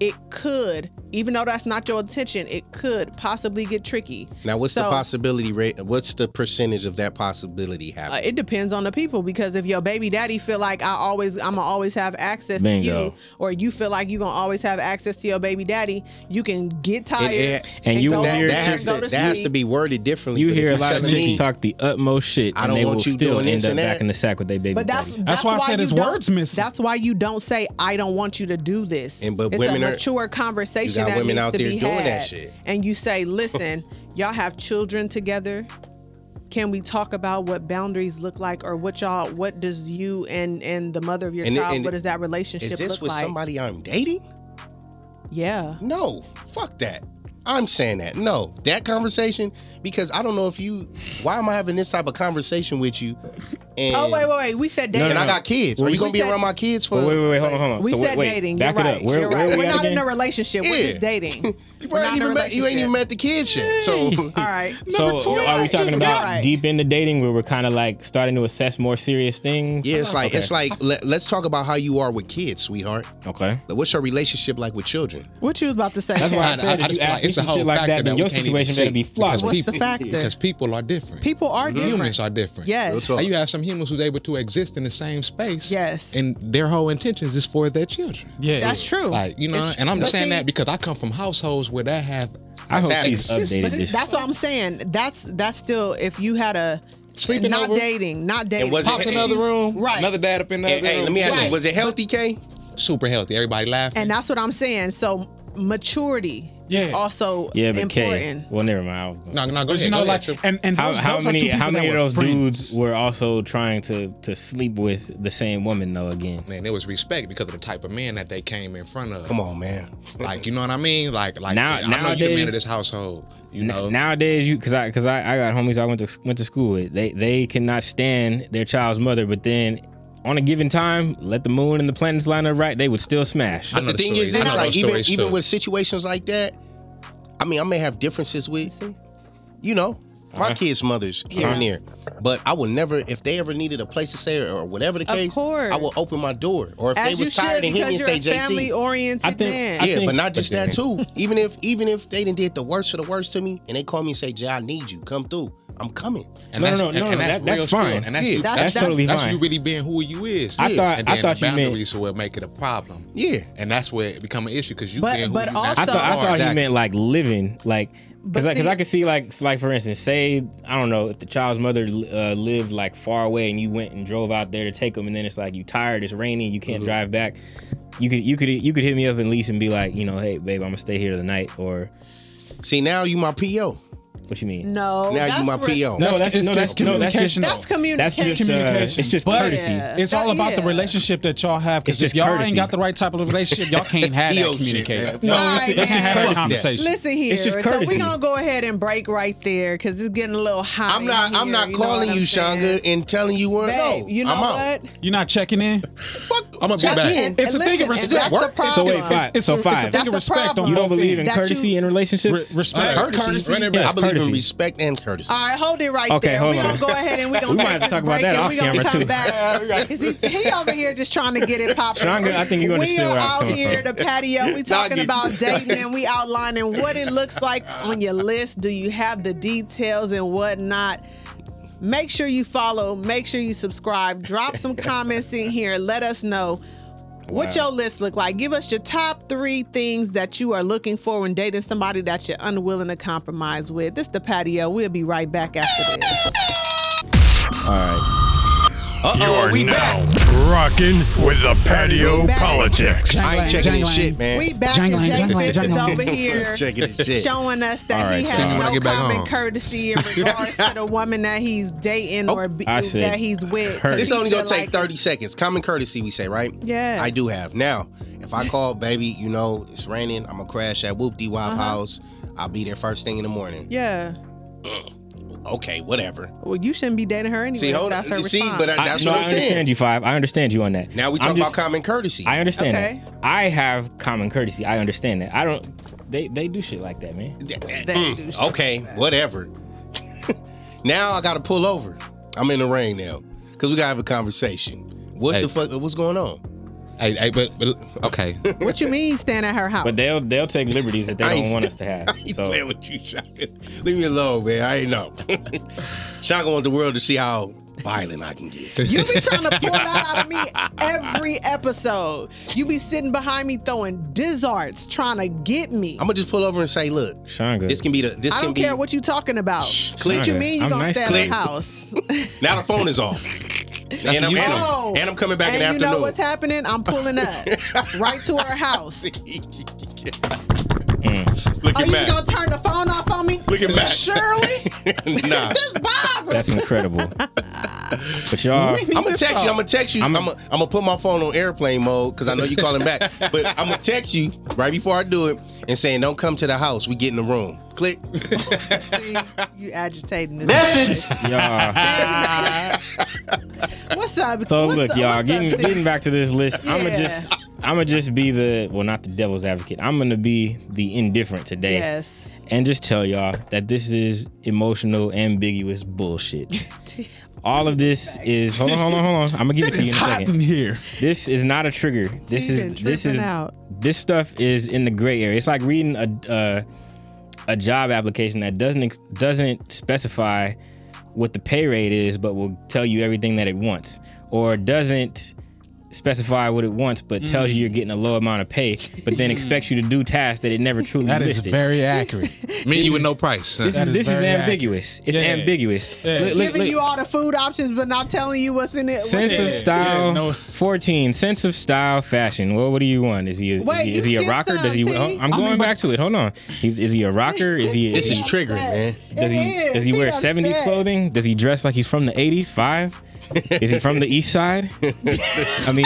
C: it could, even though that's not your intention, it could possibly get tricky.
A: Now, what's the
C: So-
A: possibility rate? What's the percentage of that possibility
C: Uh,
A: happening?
C: it depends on the people because if your baby daddy feel like I always I'm gonna always have access to
D: Bingo.
C: you, or you feel like you gonna always have access to your baby daddy, you can get tired.
A: it-
D: And you
C: go
D: won't
C: over
A: that,
D: hear-
C: there
A: that
C: and
A: has
C: go
A: to, that has to
C: sleep.
A: be worded differently.
D: You
A: but if
D: hear a
A: you're
D: lot of
A: telling me-
D: chicks talk the utmost shit,
A: I
D: and
A: don't
D: they
A: want
D: will
A: you
D: still
A: doing this
D: end up
A: and that.
D: back in the sack with their baby.
C: But that's
D: daddy.
C: that's
B: why I said
C: you
B: it's
C: don't-
B: words missing.
C: That's why you don't say I don't want you to do this.
A: And but
C: it's
A: women
C: a
A: are-
C: mature conversation.
A: you got
C: that
A: women
C: needs
A: out
C: to
A: there
C: be
A: doing that
C: had.
A: shit.
C: And you say, listen, y'all have children together. Can we talk about what boundaries look like, or what y'all, what does you and and the mother of your
A: And it-
C: child,
A: and
C: what does that relationship
A: Is this
C: look
A: with
C: like?
A: somebody I'm dating?
C: Yeah.
A: No, fuck that. I'm saying that. No, that conversation because I don't know if you. Why am I having this type of conversation with you? And,
C: Oh wait, wait, wait. We said
A: And
C: dating.
A: I got kids. Are you gonna be
C: said-
A: around my kids for?
D: Wait, wait, wait, hold on, hold on.
C: We
D: So, wait,
C: said
D: wait,
C: dating.
D: Back
C: you're
D: it
C: right.
D: up. Where,
C: you're
D: where
C: right.
D: we
C: We're
D: at
C: not in
D: again?
C: a relationship.
A: Yeah.
C: We're just dating.
A: You ain't
C: We're not in a
A: even met. You ain't even
C: relationship.
A: met the kids yet. So
C: All right.
D: So are we talking
C: Just
D: about
C: right.
D: deep into dating where we're kind of like starting to assess more serious things?
A: yeah, it's like
D: Okay.
A: it's like let, let's talk about how you are with kids, sweetheart.
D: Okay.
A: Like, what's your relationship like with children?
C: What you was about to say?
D: That's why I
E: I-
D: said
E: I
D: if
E: just
D: you
E: feel
D: ask
E: like
D: me
E: it's a
D: some
E: whole
D: shit like
E: factor
D: that, then
E: that we
D: your
E: can't even
D: situation better
E: see
D: be
E: because
D: flawed.
C: What's the factor?
E: Because people are different.
C: people are different.
E: humans are different.
A: Real
C: Yes.
A: talk.
E: And you have some humans who's able to exist in the same space.
C: Yes.
E: And their whole intentions is for their children.
B: Yeah,
C: That's true.
E: Like, you know,
C: It's
E: and I'm
C: true.
E: just
C: But
E: saying
C: see-
E: that because I come from households where that have
D: I hope
A: Exactly.
D: she's updated
C: But see,
D: this.
C: that's what I'm saying. That's that's still if you had a
E: Sleeping
C: not
E: over?
C: dating, not dating.
A: was it-
E: pops in another room,
C: Right.
E: another dad up in the
A: Hey,
E: other
A: hey,
E: room.
A: let me ask you:
C: Right.
A: Was it healthy, K?
E: Super healthy. Everybody laughing.
C: And that's what I'm saying. So maturity
B: Yeah.
C: is also
D: yeah, but
C: important.
D: K. Well, never mind. I was gonna-
E: no, no, go
B: But
E: ahead.
B: you know,
E: go
B: like,
E: ahead.
B: and and
D: How,
B: those,
D: how
B: those are two
D: many
B: people
D: how many
B: that
D: of
B: were
D: those
B: friends.
D: dudes were also trying to to sleep with the same woman though? Again,
E: Man, it was respect because of the type of man that they came in front of.
A: Come on, man.
E: Like, you know what I mean? Like, like
D: Now-
E: I know you the man
D: nowadays-
E: of this household. You
D: N-
E: know,
D: nowadays you because I because I, I got homies I went to went to school with they they cannot stand their child's mother, but then on a given time, let the moon and the planets line up right, they would still smash.
E: I
A: But
E: know
A: the
E: the
A: thing
E: story.
A: is,
E: I know
A: this,
E: those
A: like even
E: stories
A: even
E: too.
A: with situations like that, I mean, I may have differences with, you know, my
E: Uh-huh.
A: kids' mothers here and there, but I would never, if they ever needed a place to stay or, or whatever the
C: Of
A: case,
C: course.
A: I would open my door. Or if
C: As
A: they
C: you
A: was
C: should
A: tired and hit
C: because
A: me and
C: you're
A: say,
C: a family
A: JT.
C: oriented
D: I think-
C: man.
D: I
A: Yeah,
D: think-
A: but not just
E: But
A: that too. Even if even if they done did the worst of the worst to me, and they call me and say, "Jay, I need you. Come through. I'm coming."
E: And
D: No,
E: that's,
D: no, no,
E: and,
D: no,
E: and
D: no,
E: that's,
D: that- that's
E: real skill.
D: fine.
E: And that's,
A: Yeah.
D: That's,
E: you,
C: That's- that's-
D: totally
E: that's
D: fine.
E: you really being who you is.
D: I thought-
E: and
D: I
E: then
D: thought
E: the
D: you meant-
E: boundaries will make it a problem.
A: Yeah.
E: and that's where it become an issue because you
C: But-
E: being who
C: but
E: you. that's
D: I
C: also-
D: thought I
E: hard.
D: thought
A: Exactly.
D: he meant like living, like because
C: But
D: because
C: see-
D: I could see like s- like for instance, say I don't know if the child's mother uh, lived like far away and you went and drove out there to take him, and then it's like you tired, it's raining, you
A: Mm-hmm.
D: can't drive back. You could you could you could hit me up at least and be like, you know, hey babe, I'm gonna stay here tonight, or
A: See, now you my PO.
D: what you mean?
C: No.
A: now
C: that's
A: you my
C: where-
A: PO.
B: That's-
D: No, that's,
B: it's-
D: no,
B: that's
D: that's, no, that's just
B: communication, though.
C: That's communication.
D: That's just uh, communication.
B: communication.
D: it's just
B: But-
D: courtesy.
C: Yeah.
B: It's all
C: Uh, That-
B: about the
C: yeah.
B: relationship that y'all have.
D: It's
B: Because if
D: just
B: y'all
D: courtesy.
B: ain't got the right type of relationship, y'all can't have that
A: EO shit,
B: communication.
A: man.
B: No,
C: Right,
B: it's, it's
C: man.
B: can't
A: Fuck
B: have that
A: that.
B: conversation.
C: Listen here.
D: It's just
C: so
D: courtesy.
C: we're gonna go ahead and break right there because it's getting a little hot.
A: I'm not.
C: in
A: I'm
C: here,
A: not
C: you know
A: calling
C: what
A: you,
C: I'm
A: Shanga,
C: saying?
A: and telling you where.
C: Babe,
A: no,
C: you know
A: I'm out.
C: what?
B: You're not checking in.
A: Fuck,
E: I'm gonna be
A: check
E: back.
A: in.
B: It's a thing of
C: listen,
B: respect.
C: and that's the
A: Work.
C: problem.
D: So wait, five.
B: It's,
D: So
B: a,
D: five.
B: it's a
C: That's
B: thing
C: the
B: of respect on
C: problem.
D: You don't
B: both
D: believe in
B: ends.
C: That you-
D: courtesy in relationships?
B: Re- respect.
E: Alright.
A: Courtesy.
E: Run it back.
A: I believe
D: Courtesy.
A: in respect and courtesy.
C: All right, hold it right
D: Okay,
C: there.
D: hold
C: we're
D: on.
C: gonna go ahead and we're gonna
D: We might
C: take
D: have to
C: this
D: talk about
C: break
D: that
C: and
D: off
C: we're gonna
D: camera,
C: come
D: too.
C: back. 'Cause he's- he over here just trying to get it popping.
D: Shonda, I think you're gonna
C: we
D: steal
C: are
D: where I'm
C: out
D: coming
C: here
D: from.
C: the patio. We talking
A: get you.
C: about dating and we outlining what it looks like on your list. Do you have the details and whatnot? Make sure you follow. Make sure you subscribe. Drop some comments in here. Let us know. What
D: Wow.
C: your list look like? Give us your top three things that you are looking for when dating somebody that you're unwilling to compromise with. This the patio. We'll be right back after this.
D: all right.
G: you are now rocking with the Patio
C: We back.
G: Politics.
A: I ain't checking this shit, man.
C: We back
B: Jangling,
C: to Jay
B: jangling,
C: Fitz
B: jangling.
C: over here
A: checking this shit.
C: showing us that
D: All right,
C: he has
E: send me when I
C: no
E: get back
C: common
E: home.
C: courtesy in regards to the woman that he's dating or be,
D: Oh, I said
C: that he's with.
D: her.
A: This
D: He
A: only gonna
C: feel
A: take
C: like-
A: 30 seconds. Common courtesy, we say, right?
C: Yeah.
A: I do have. Now, if I call, baby, you know, it's raining, I'm gonna crash at Whoop D Wop House. I'll be there first thing in the morning.
C: Yeah.
A: Okay, whatever.
C: Well, you shouldn't be dating her anyway.
A: See,
C: if
A: hold on.
C: that's her
A: See,
C: response.
A: but I,
D: I-
A: that's
D: no,
A: what I'm
D: I understand
A: saying.
D: you five. I understand you on that.
A: Now we
D: I'm
A: talk
D: just-
A: about common courtesy.
D: I understand
C: Okay.
D: that. I have common courtesy. I understand that. I don't. They they do shit like that, man.
A: Th- th-
C: They do shit
A: Mm, okay, whatever. now I gotta pull over. I'm in the rain now because we gotta have a conversation. What
E: Hey.
A: the fuck? What's going on?
E: Hey, hey, but, but okay.
C: what you mean stand at her house?
D: But they'll they'll take liberties that they
A: I-
D: don't want us to have.
A: I ain't
D: So
A: playing with you, Shaka. Leave me alone, man. I ain't know. Shaka want the world to see how violent I can get.
C: You be trying to pull that out of me every episode. You be sitting behind me throwing dizzards trying to get me.
A: I'm gonna just pull over and say, look,
D: Shanga,
A: this can be the this
C: I
A: can
C: don't
A: be.
C: care what you talking about.
A: click.
C: What you mean you
D: I'm
C: gonna
D: nice
C: stay
D: to
C: at
D: you.
C: her house?
A: Now the phone is off, and, I'm,
E: you
A: and,
C: Oh.
A: I'm, and I'm coming back
C: and
A: in the
C: you know
A: afternoon.
C: what's happening? I'm pulling up right to her house.
E: Look
C: Are
E: at
C: Oh, you
E: Matt.
C: just gonna turn the phone off on me?
E: Look at Matt.
C: Shirley,
A: nah.
C: this Barbara.
D: That's incredible. But y'all,
B: We need
A: I'm gonna
B: to
A: text you.
B: talk.
A: I'm gonna text you. I'm
D: I'ma-
A: gonna I'm gonna put my phone on airplane mode because I know you calling back. But I'm gonna text you right before I do it and saying, "Don't come to the house. We get in the room." Click.
C: See, you agitating this.
D: y'all.
C: What's up?
D: So
C: What's
D: look,
C: up?
D: y'all,
C: What's
D: getting
C: up,
D: getting
C: Steve?
D: back to this list, I'ma
C: Yeah.
D: just I'ma just be the well, not the devil's advocate. I'm gonna be the indifferent today,
C: Yes.
D: and just tell y'all that this is emotional, ambiguous bullshit. All of this is hold on, hold on, hold on. I'm gonna give it to you
B: It's
D: in a
B: hot in
D: second.
B: here.
D: This is not a trigger. This
C: He
D: is
C: been
D: this
C: tripping
D: is
C: out.
D: this stuff is in the gray area. It's like reading a uh, a job application that doesn't ex- doesn't specify what the pay rate is, but will tell you everything that it wants, or doesn't specify what it wants, but tells you you're
B: Mm.
D: getting a low amount of pay, but then expects you to do tasks that it never truly
B: That is
D: listed.
B: very accurate.
E: Menu with no price. huh?
D: this
B: That
D: is,
B: is
D: this is
B: very
D: ambiguous. It's
B: Yeah.
D: ambiguous.
B: Yeah.
D: Look- look-
C: Giving
D: look.
C: you all the food options, but not telling you what's in it. what's
D: Sense
C: in
D: of
C: it.
D: style,
B: Yeah, no.
D: fourteen. Sense of style, fashion. Well, what do you want? Is he is,
C: Wait,
D: he, is
C: you
D: he a
C: skipped
D: rocker? Does he?
C: some,
D: I'm
C: T.
D: going
B: mean, but-
D: back to it. Hold on. He's, is he a rocker? Is he?
A: This is
D: is he,
A: triggering, man.
D: does he
C: It is.
D: does he
C: He
D: wear
C: upset.
D: 70s clothing? Does he dress like he's from the 80s? Five? Is he from the East Side? I mean,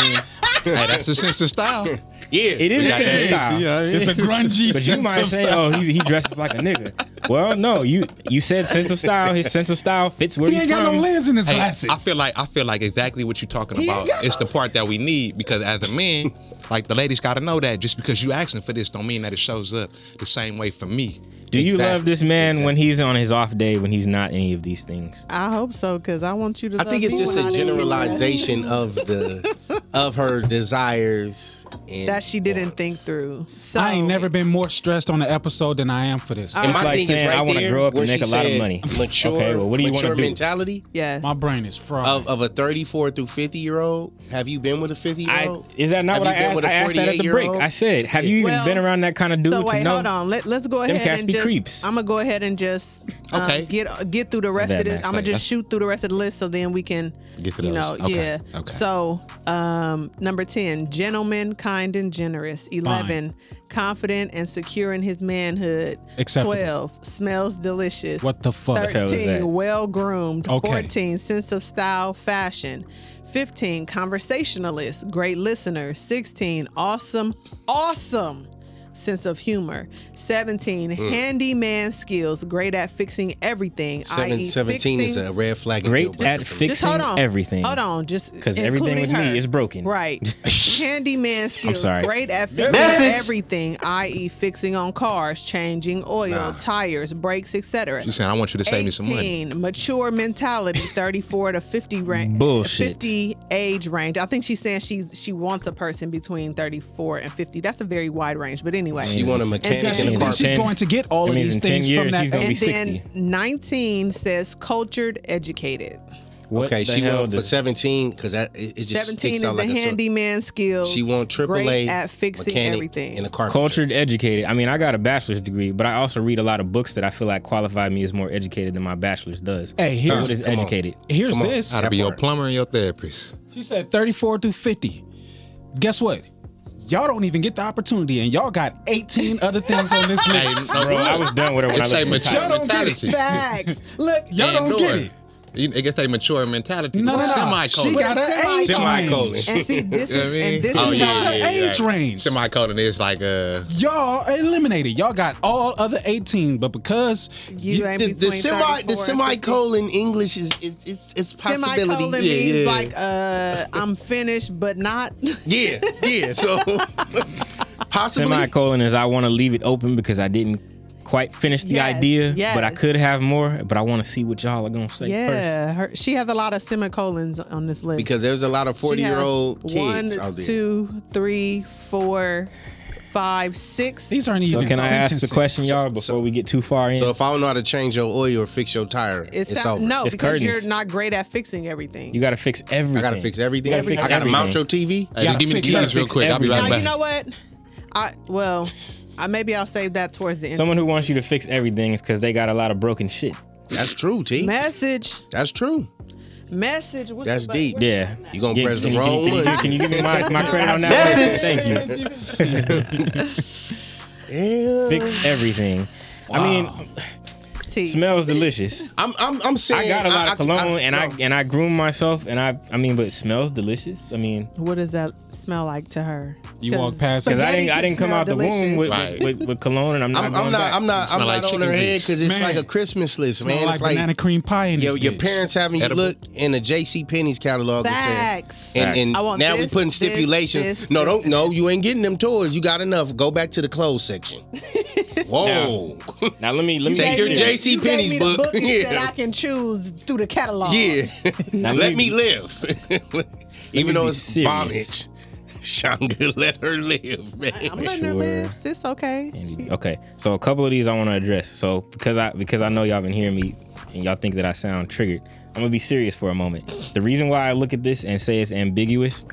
E: Hey, that's the sense of style.
A: Yeah,
D: it is a
A: Yeah,
D: sense of style.
B: uh, It's a grungy
D: But you
B: sense
D: might
B: of
D: say,
B: style.
D: "Oh, he, he dresses like a nigga." Well, no, you you said sense of style. His sense of style fits where
B: he
D: he's
B: ain't got
D: from.
B: no lens in his
E: Hey,
B: glasses.
E: I feel like I feel like exactly what you're talking
C: Here
E: about.
C: you go.
E: It's the part that we need because as a man, like the ladies got to know that just because you asking for this don't mean that it shows up the same way for me.
D: Do you love this man
E: Exactly.
D: when he's on his off day when he's not any of these things?
C: I hope so, cause I want you to.
A: I think it's just a generalization
C: generalization
A: of the of her desires and
C: that she didn't think through. So
B: I ain't never been more stressed on an episode than I am for this.
A: And my
D: It's like
A: thing
D: saying,
A: is right
D: I wanna
A: there
D: grow up and
A: where
D: make
A: she
D: a lot of
A: said
D: money.
A: Mature,
D: Okay, well, what do you wanna
A: mature
D: do?
A: mentality
C: Yes.
B: My brain is fried.
A: of, of a 34 through 50 year old. Have you been with a 50 year
D: I,
A: old?
D: is that not
A: Have
D: what I
A: you been
D: asked?
A: with a
D: I asked that at the break.
A: 48-year-old?
D: I said, "Have you even
C: Well,
D: been around that kind of dude
C: so wait,
D: to know?"
C: hold on. Let Let's go ahead
D: cats
C: and
D: be
C: just.
D: creeps.
C: I'm gonna go ahead and just. um,
E: Okay.
C: Get get through the rest
D: That
C: of this.
D: math
C: I'm
E: thing,
C: gonna just
E: that's-
C: shoot through the rest of the list, so then we can.
E: Get to
C: You know.
E: those. Okay,
C: Yeah.
E: okay.
C: So, um, number ten, gentleman, kind and generous. Eleven, confident and secure in his manhood.
B: Acceptable.
C: Twelve, smells delicious.
B: what the fuck?
D: hell is that?
C: 13 well groomed
B: Okay.
C: 14 sense of style fashion 15 conversationalist great listener 16 awesome awesome sense of humor 17 handyman skills great at fixing everything
A: Seven,
C: i.e.
A: 17 is
C: fixing-
A: a red flag. and deal
D: Great
A: breaker
D: at
A: for me.
D: fixing
C: just hold on
D: everything.
C: hold on just
D: because everything with
C: including her.
D: me is broken.
C: Right. Handyman skills.
D: sorry.
C: Great at fixing everything, i.e., fixing on cars, changing oil, tires, brakes, etc.
E: She said, "I want you to save me some money."
C: 18, mature mentality, 34 to 50 range.
D: Bullshit.
C: 50 age range. I think she's saying she's she wants a person between 34 and 50. That's a very wide range, but anyway.
A: She want a
C: And
A: mechanic
B: She
A: and a
B: thinks
D: then-
A: carpenter.
B: she's
D: Ten-
B: going to get all
D: that
B: of
D: means
B: these
D: in 10
B: things
D: years
B: from that.
D: she's gonna
B: and
D: be
C: and then
D: 60.
C: 19 says cultured, educated.
D: What
A: Okay,
D: the
A: she
D: hell
A: went for
D: does-
A: 17 because that it, it just
C: 17
A: sticks
C: is
A: out
C: the
A: like a sore-
C: handyman skills.
A: She want triple
C: great
A: A
C: at fixing
A: mechanic
C: everything.
A: and a carpenter.
D: cultured, educated. I mean, I got a bachelor's degree, but I also read a lot of books that I feel like qualify me as more educated than my bachelor's does.
B: Hey, here's-
D: what is
A: come on.
D: educated.
B: Here's
A: Come on.
B: this.
E: How to be your
A: part.
E: plumber and your therapist.
B: She said 34 through 50. Guess what? Y'all don't even get the opportunity, and y'all got 18 other things on this
E: Hey,
B: list.
E: no,
D: Bro, I was done with her when I
E: It's a
D: looked at the
E: mature
D: title.
B: don't get it.
E: mentality.
C: Facts. Look,
B: Y'all don't
E: And
B: get
E: or-
B: it.
E: You- It gets a mature mentality.
B: No, no, no.
E: Semicolon.
B: She got her age
A: Semicolon.
B: range.
C: and see this
E: You know what I
C: is
E: mean?
C: and this
E: Oh,
C: is
E: yeah,
C: how-
B: That's her
E: yeah, yeah.
B: age range.
E: Semicolon is like uh
B: Y'all eliminated. Y'all got all other 18, but because
C: you, ain't
A: The, the
C: between
A: semi
C: 34
A: the
C: and 50.
A: semicolon English is is it's, it's possibility.
C: Semicolon means like uh, I'm finished, but not.
A: yeah, yeah. So possibly
D: Semicolon is I want to leave it open because I didn't quite finish the
C: Yes,
D: idea, but I
C: yes.
D: could have more. But I want to see what y'all are gonna say first.
C: yeah, her, she has a lot of semicolons on this list.
A: because there's a lot of
C: She
A: forty
C: has
A: year old
C: one,
A: kids out there.
C: two, three, four, five, six.
B: these aren't
D: So
B: even
D: can I ask the
B: sentences.
D: question, y'all, before we get too far in?
A: So if I don't know how to change your oil or fix your tire,
C: It's,
A: it's,
C: not-
A: over.
C: no,
D: It's
C: because
D: curtains.
C: you're not great at fixing everything.
D: you got to fix everything.
A: I gotta fix everything.
D: You gotta fix
A: I gotta mount your
D: everything.
A: TV.
E: Hey,
B: gotta
E: give me the
B: fix that.
E: keys real quick. I'll be
D: Fix
C: now
E: right back.
C: you know what? I well, I maybe I'll save that towards the end.
D: Someone who wants you to fix everything is because they got a lot of broken shit.
A: That's true, T.
C: message,
A: That's true.
C: message. What's
A: That's
C: the-
A: deep.
D: Yeah.
A: You gonna press the
D: can-
A: wrong
D: can,
A: one.
D: Can, you give me my, my credit on that one? Thank you. Fix everything. I mean,
C: Tea.
D: smells delicious.
A: I'm I'm I'm saying
D: I got a lot of cologne and I
A: no.
D: and I groom myself and I I mean, but it smells delicious. I mean,
C: What does that smell like to her?
B: You walk
C: 'Cause-
B: past it.
D: because I
C: Spaghetti
D: didn't I
C: can
D: didn't come
C: smell
D: out the womb with,
E: delicious.
D: with, with, with cologne and I'm not
A: I'm,
D: going
A: I'm not,
D: back.
A: I'm not, I'm
E: Smell
A: not
E: like
A: on
E: chicken
A: her head
E: grease.
A: because it's
B: Man.
A: like a Christmas list, man.
B: Smell like
A: it's like
B: banana cream pie in
A: your,
B: this
A: your
B: bitch.
A: parents having
E: Edible.
A: you look in a J.C. Penney's catalog and saying,
C: Facts.
A: and, and
C: I want
A: now
C: this,
A: we putting
C: this,
A: stipulations.
C: this,
A: no,
C: this,
A: don't. No, you ain't getting them toys. You got enough. Go back to the clothes section. Whoa.
D: Now let me let me
A: Take
D: make
A: your
D: sure.
A: J C
C: You gave
A: Penney's
C: me the
A: book.
C: book and said
A: Yeah.
C: I can choose through the catalog.
A: yeah.
D: Now,
A: let
D: let
A: me
D: me-
A: live. Even
D: me
A: though
D: be
A: it's
D: serious.
A: vomit. Shanga, let her live, man.
C: I'm letting her
D: sure.
C: live. It's okay.
D: Okay, so a couple of these I want to address. So because I because I know y'all been hearing me and y'all think that I sound triggered, I'm gonna be serious for a moment. The reason why I look at this and say it's ambiguous,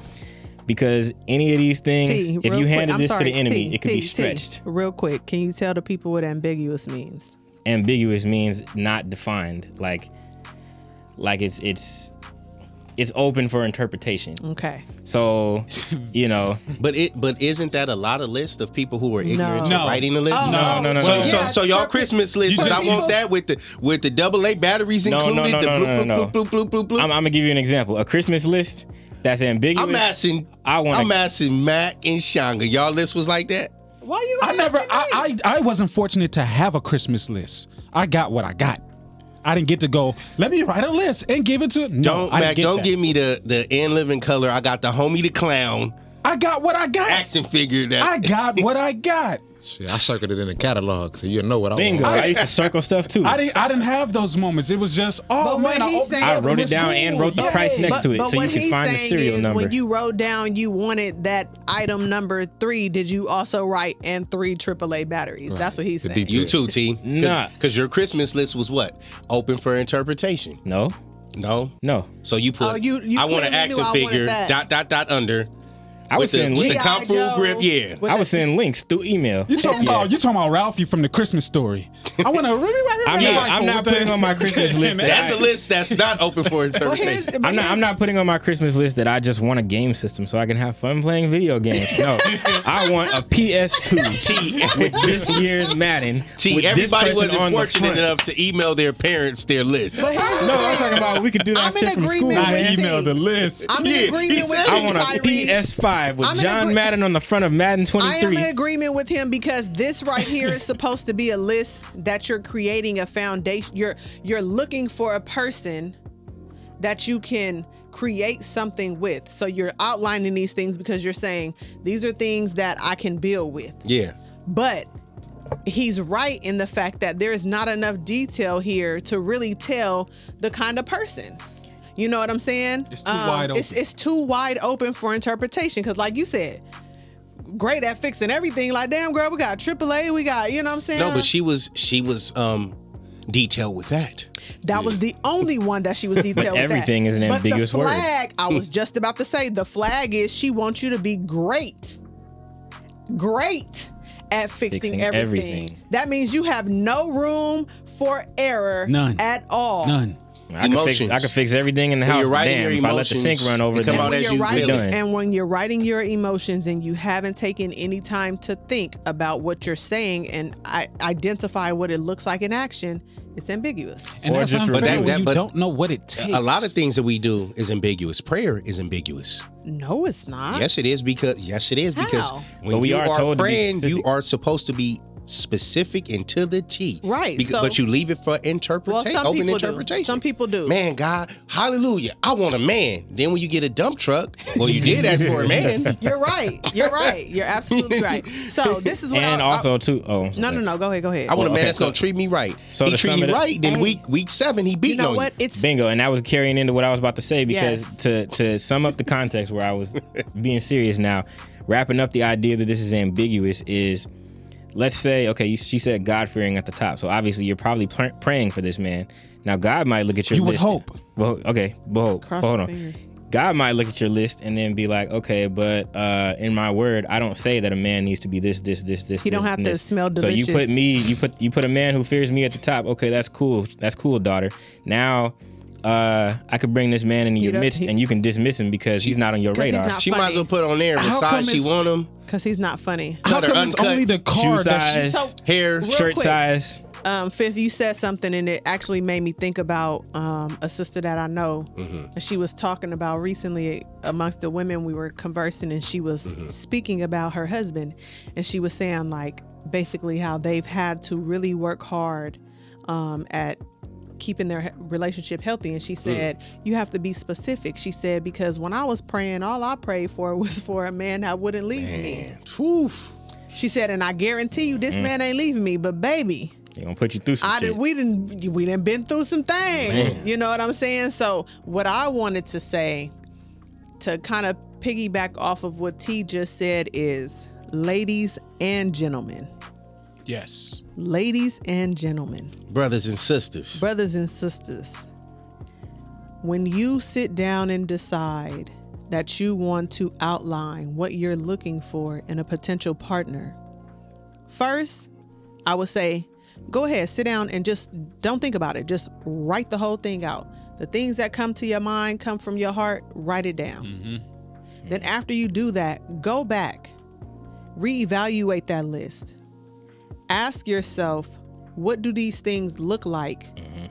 D: because any of these things,
C: T,
D: if
C: real
D: you
C: quick-
D: handed
C: I'm
D: this
C: sorry,
D: to the enemy,
C: T,
D: it could
C: T,
D: be
C: T,
D: stretched.
C: real quick, can you tell the people what ambiguous means?
D: Ambiguous means not defined, like like it's it's it's open for interpretation.
C: Okay.
D: So you know,
A: But it but isn't that a lot of list of people who are ignorant
B: No.
A: to writing the list?
C: Oh.
D: no, no, no,
A: So,
D: no.
A: so,
C: Yeah,
A: so y'all
C: perfect.
A: Christmas list.
B: You
A: I
B: just-
A: want that with the with the double A batteries
D: No, no,
A: included.
D: no, no,
A: the
D: no, no,
A: bloop, bloop, bloop, bloop, bloop,
D: I'm, I'm gonna give you an example. A Christmas list that's ambiguous.
A: I'm, asking.
D: I wanna-
A: I'm asking Mac and Shanga. Y'all list was like that.
C: Why you?
B: I never.
C: asking me?
B: I, I I wasn't fortunate to have a Christmas list. I got what I got. I didn't get to go. Let me write a list and give it to. No,
A: Don't
B: I didn't
A: Mac.
B: get
A: don't
B: that.
A: give me the the in living color. I got the homie the clown
B: I got what I got.
A: action figure. That
B: I got what I got.
E: Shit, I circled it in the catalog, so you know what I
D: Bingo.
E: want.
D: I used to circle stuff too.
B: I didn't. I didn't have those moments. It was just. Oh
C: But
B: man,
C: when
B: I,
C: he
B: opened
C: said-
B: up
D: I wrote it
B: Miss
D: down
B: Cool.
D: and wrote the
B: Yeah.
D: price next to it
C: but
D: so you
C: what
D: can
C: he's
D: find the
C: saying
D: serial
C: is
D: number.
C: When you wrote down you wanted that item number three, did you also write and three AAA batteries? That's what he's
E: The
C: saying.
E: deep-
A: You too, T. Cause,
D: Nah.
A: 'cause your Christmas list was what? Open for interpretation.
D: no,
A: No.
D: no.
A: So you put
C: Oh, you- you
A: I want an
C: clearly
A: action
C: knew I wanted
A: figure.
C: that.
A: Dot dot dot under.
D: I
A: with
D: was
A: the,
D: sending
A: with the
D: links.
C: G.I.
A: kung fu
C: Joe.
A: grip. Yeah.
C: With
D: I was sending links through email.
B: You talking about you talking about Ralphie from the Christmas story? I want to really.
D: I'm not- I'm not putting on my Christmas list that
A: That's a list that's not open for
C: Well, here's-
A: interpretation.
C: but
D: I'm not. I'm not putting on my Christmas list that I just want a game system so I can have fun playing video games. No, I want a PS2
A: T,
D: with this year's Madden. with
A: T
D: this
A: everybody
D: person
A: wasn't
D: on the
A: fortunate
D: front.
A: enough to email their parents their list.
C: But here's the
D: No,
C: thing.
D: I'm talking about we could do that
C: I'm in
D: shit from school.
C: agreement
B: I
D: man.
C: with-
B: emailed the list.
C: I'm
A: Yeah,
C: in
A: he
C: agreement with
A: said-
D: I
C: him,
D: want a
C: Tyree.
D: PS5 with
C: I'm in
D: John
C: agree-
D: Madden on the front of Madden
C: I am
D: 23.
C: in agreement with him because this right here is supposed to be a list that you're creating a foundation. You're you're looking for a person that you can create something with. So you're outlining these things because you're saying these are things that I can build with.
A: Yeah.
C: But he's right in the fact that there is not enough detail here to really tell the kind of person. You know what I'm saying? Um,
B: It's too wide
C: It's,
B: open.
C: it's too wide open for interpretation because, like you said, great at fixing everything. Like, damn, girl, we got AAA, we got, you know what I'm saying?
A: No, but she was she was um detailed with that.
C: That was the only one that she was detailed. with that.
D: everything is an
C: but
D: ambiguous
C: the
D: word.
C: flag, I was just about to say the flag is she wants you to be great, great at fixing,
D: Fixing
C: everything.
D: everything.
C: That means you have no room for error.
B: None.
C: at all.
B: None.
D: I can, fix,
A: Emotions.
D: I could fix everything in the
A: When
D: house.
A: you're
D: but
A: writing
D: Damn,
A: your
D: if I let the
A: emotions,
D: sink run over,
A: it come
D: then
A: out
C: When
A: as
C: you're
A: you
C: writing,
A: will.
C: and when you're writing your emotions and you haven't taken any time to think about what you're saying and I, identify what it looks like in action, it's ambiguous.
B: And
D: Or
B: that's
D: just
B: unfair
D: remember-
B: when
A: But that-
B: you
A: but-
B: don't know what it takes.
A: A lot of things that we do is ambiguous. Prayer is ambiguous.
C: No, it's not.
A: Yes, it is because yes, it is because
C: How?
A: when
D: But we
A: you
D: are
A: are,
D: told to be
A: praying, you
D: specific.
A: are supposed to be specific and to the T.
C: Right,
A: Becau-
C: so-
A: but you leave it for
C: Well,
A: interpretation,
C: some
A: open
C: people
A: interpretation.
C: do. Some people do.
A: Man, God, hallelujah! I want a man. Then when you get a dump truck, well, you did that for a man.
C: You're right. You're right. You're absolutely right. So this is what
D: and
C: I,
D: also
C: I,
D: too. Oh,
C: no, no, no. Go ahead. Go ahead.
A: I want a man
D: okay,
A: that's
D: so-
A: gonna treat me right.
D: so
A: he
D: to
A: treat
D: sum
A: you
D: it up-
A: right. Then
C: Hey.
A: week week seven, he
C: you
A: beating
C: know
A: on
C: what? It's
D: Bingo, and that was carrying into what I was about to say because
C: Yes.
D: to to sum up the context where I was being serious now, wrapping up the idea that this is ambiguous is, let's say, okay, you, she said God fearing at the top, so obviously you're probably pr- praying for this man. Now God might look at your
B: You would
D: list.
B: hope.
D: Well, okay, but hope.
C: Cross
D: hold
C: your
D: on.
C: fingers.
D: God might look at your list and then be like, okay, but uh, in my word, I don't say that a man needs to be this, this, this, this.
C: He don't
D: this,
C: have
D: and
C: to
D: this.
C: smell
D: So you
C: delicious.
D: put me, you put you put a man who fears me at the top. Okay, that's cool. That's cool, daughter. Now, uh, I could bring this man into your
C: don't-
D: midst
C: he-
D: and you can dismiss him because he's not on your
C: 'Cause he's
D: radar.
C: not
A: She might as
C: funny.
A: well put on there
B: How
A: massage.
B: come
A: She
B: it's-
A: want him
C: because he's not funny.
B: How
A: cut or
B: come it's
A: uncut.
B: only the
D: Shoe
B: car that she,
D: size,
C: So-
A: hair.
C: Real
D: shirt
C: quick.
D: size.
C: Um, Fifth, you said something and it actually made me think about um, a sister that I know. And She was talking about recently amongst the women we were conversing, and she was speaking about her husband, and she was saying like basically how they've had to really work hard um, at keeping their he- relationship healthy and she said you have to be specific she said because when i was praying all i prayed for was for a man that wouldn't leave me
A: Man, oof.
C: she said and i guarantee you this man ain't leaving me but baby
D: They're gonna put you through some
C: I
D: shit.
C: did, we didn't we didn't been through some things. You know what I'm saying? So what I wanted to say to kind of piggyback off of what T just said is ladies and gentlemen.
B: Yes.
C: Ladies and gentlemen,
A: brothers and sisters.
C: brothers and sisters. When you sit down and decide that you want to outline what you're looking for in a potential partner, first, I would say go ahead, sit down and just don't think about it. Just write the whole thing out. The things that come to your mind, come from your heart, write it down. Then, after you do that, go back, reevaluate that list. Ask yourself, what do these things look like
B: Mm-hmm.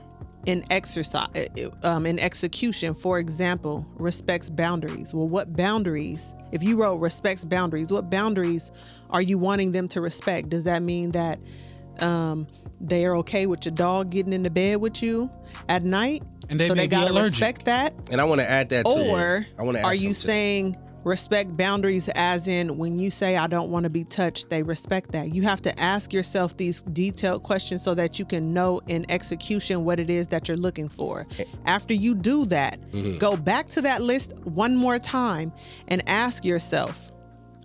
C: in exercise, um, in execution? For example, respects boundaries. Well, what boundaries? If you wrote respects boundaries, what boundaries are you wanting them to respect? Does that mean that um, they are okay with your dog getting into bed with you at night?
B: And they
C: so
B: may
C: they
B: be
C: gotta
B: allergic.
C: respect that
A: And I want to add that to it.
C: or
A: I want to add
C: are you
A: something.
C: saying respect boundaries as in when you say I don't want to be touched, they respect that? You have to ask yourself these detailed questions so that you can know in execution what it is that you're looking for.
A: Eh.
C: After you do that,
A: Mm-hmm.
C: go back to that list one more time and ask yourself,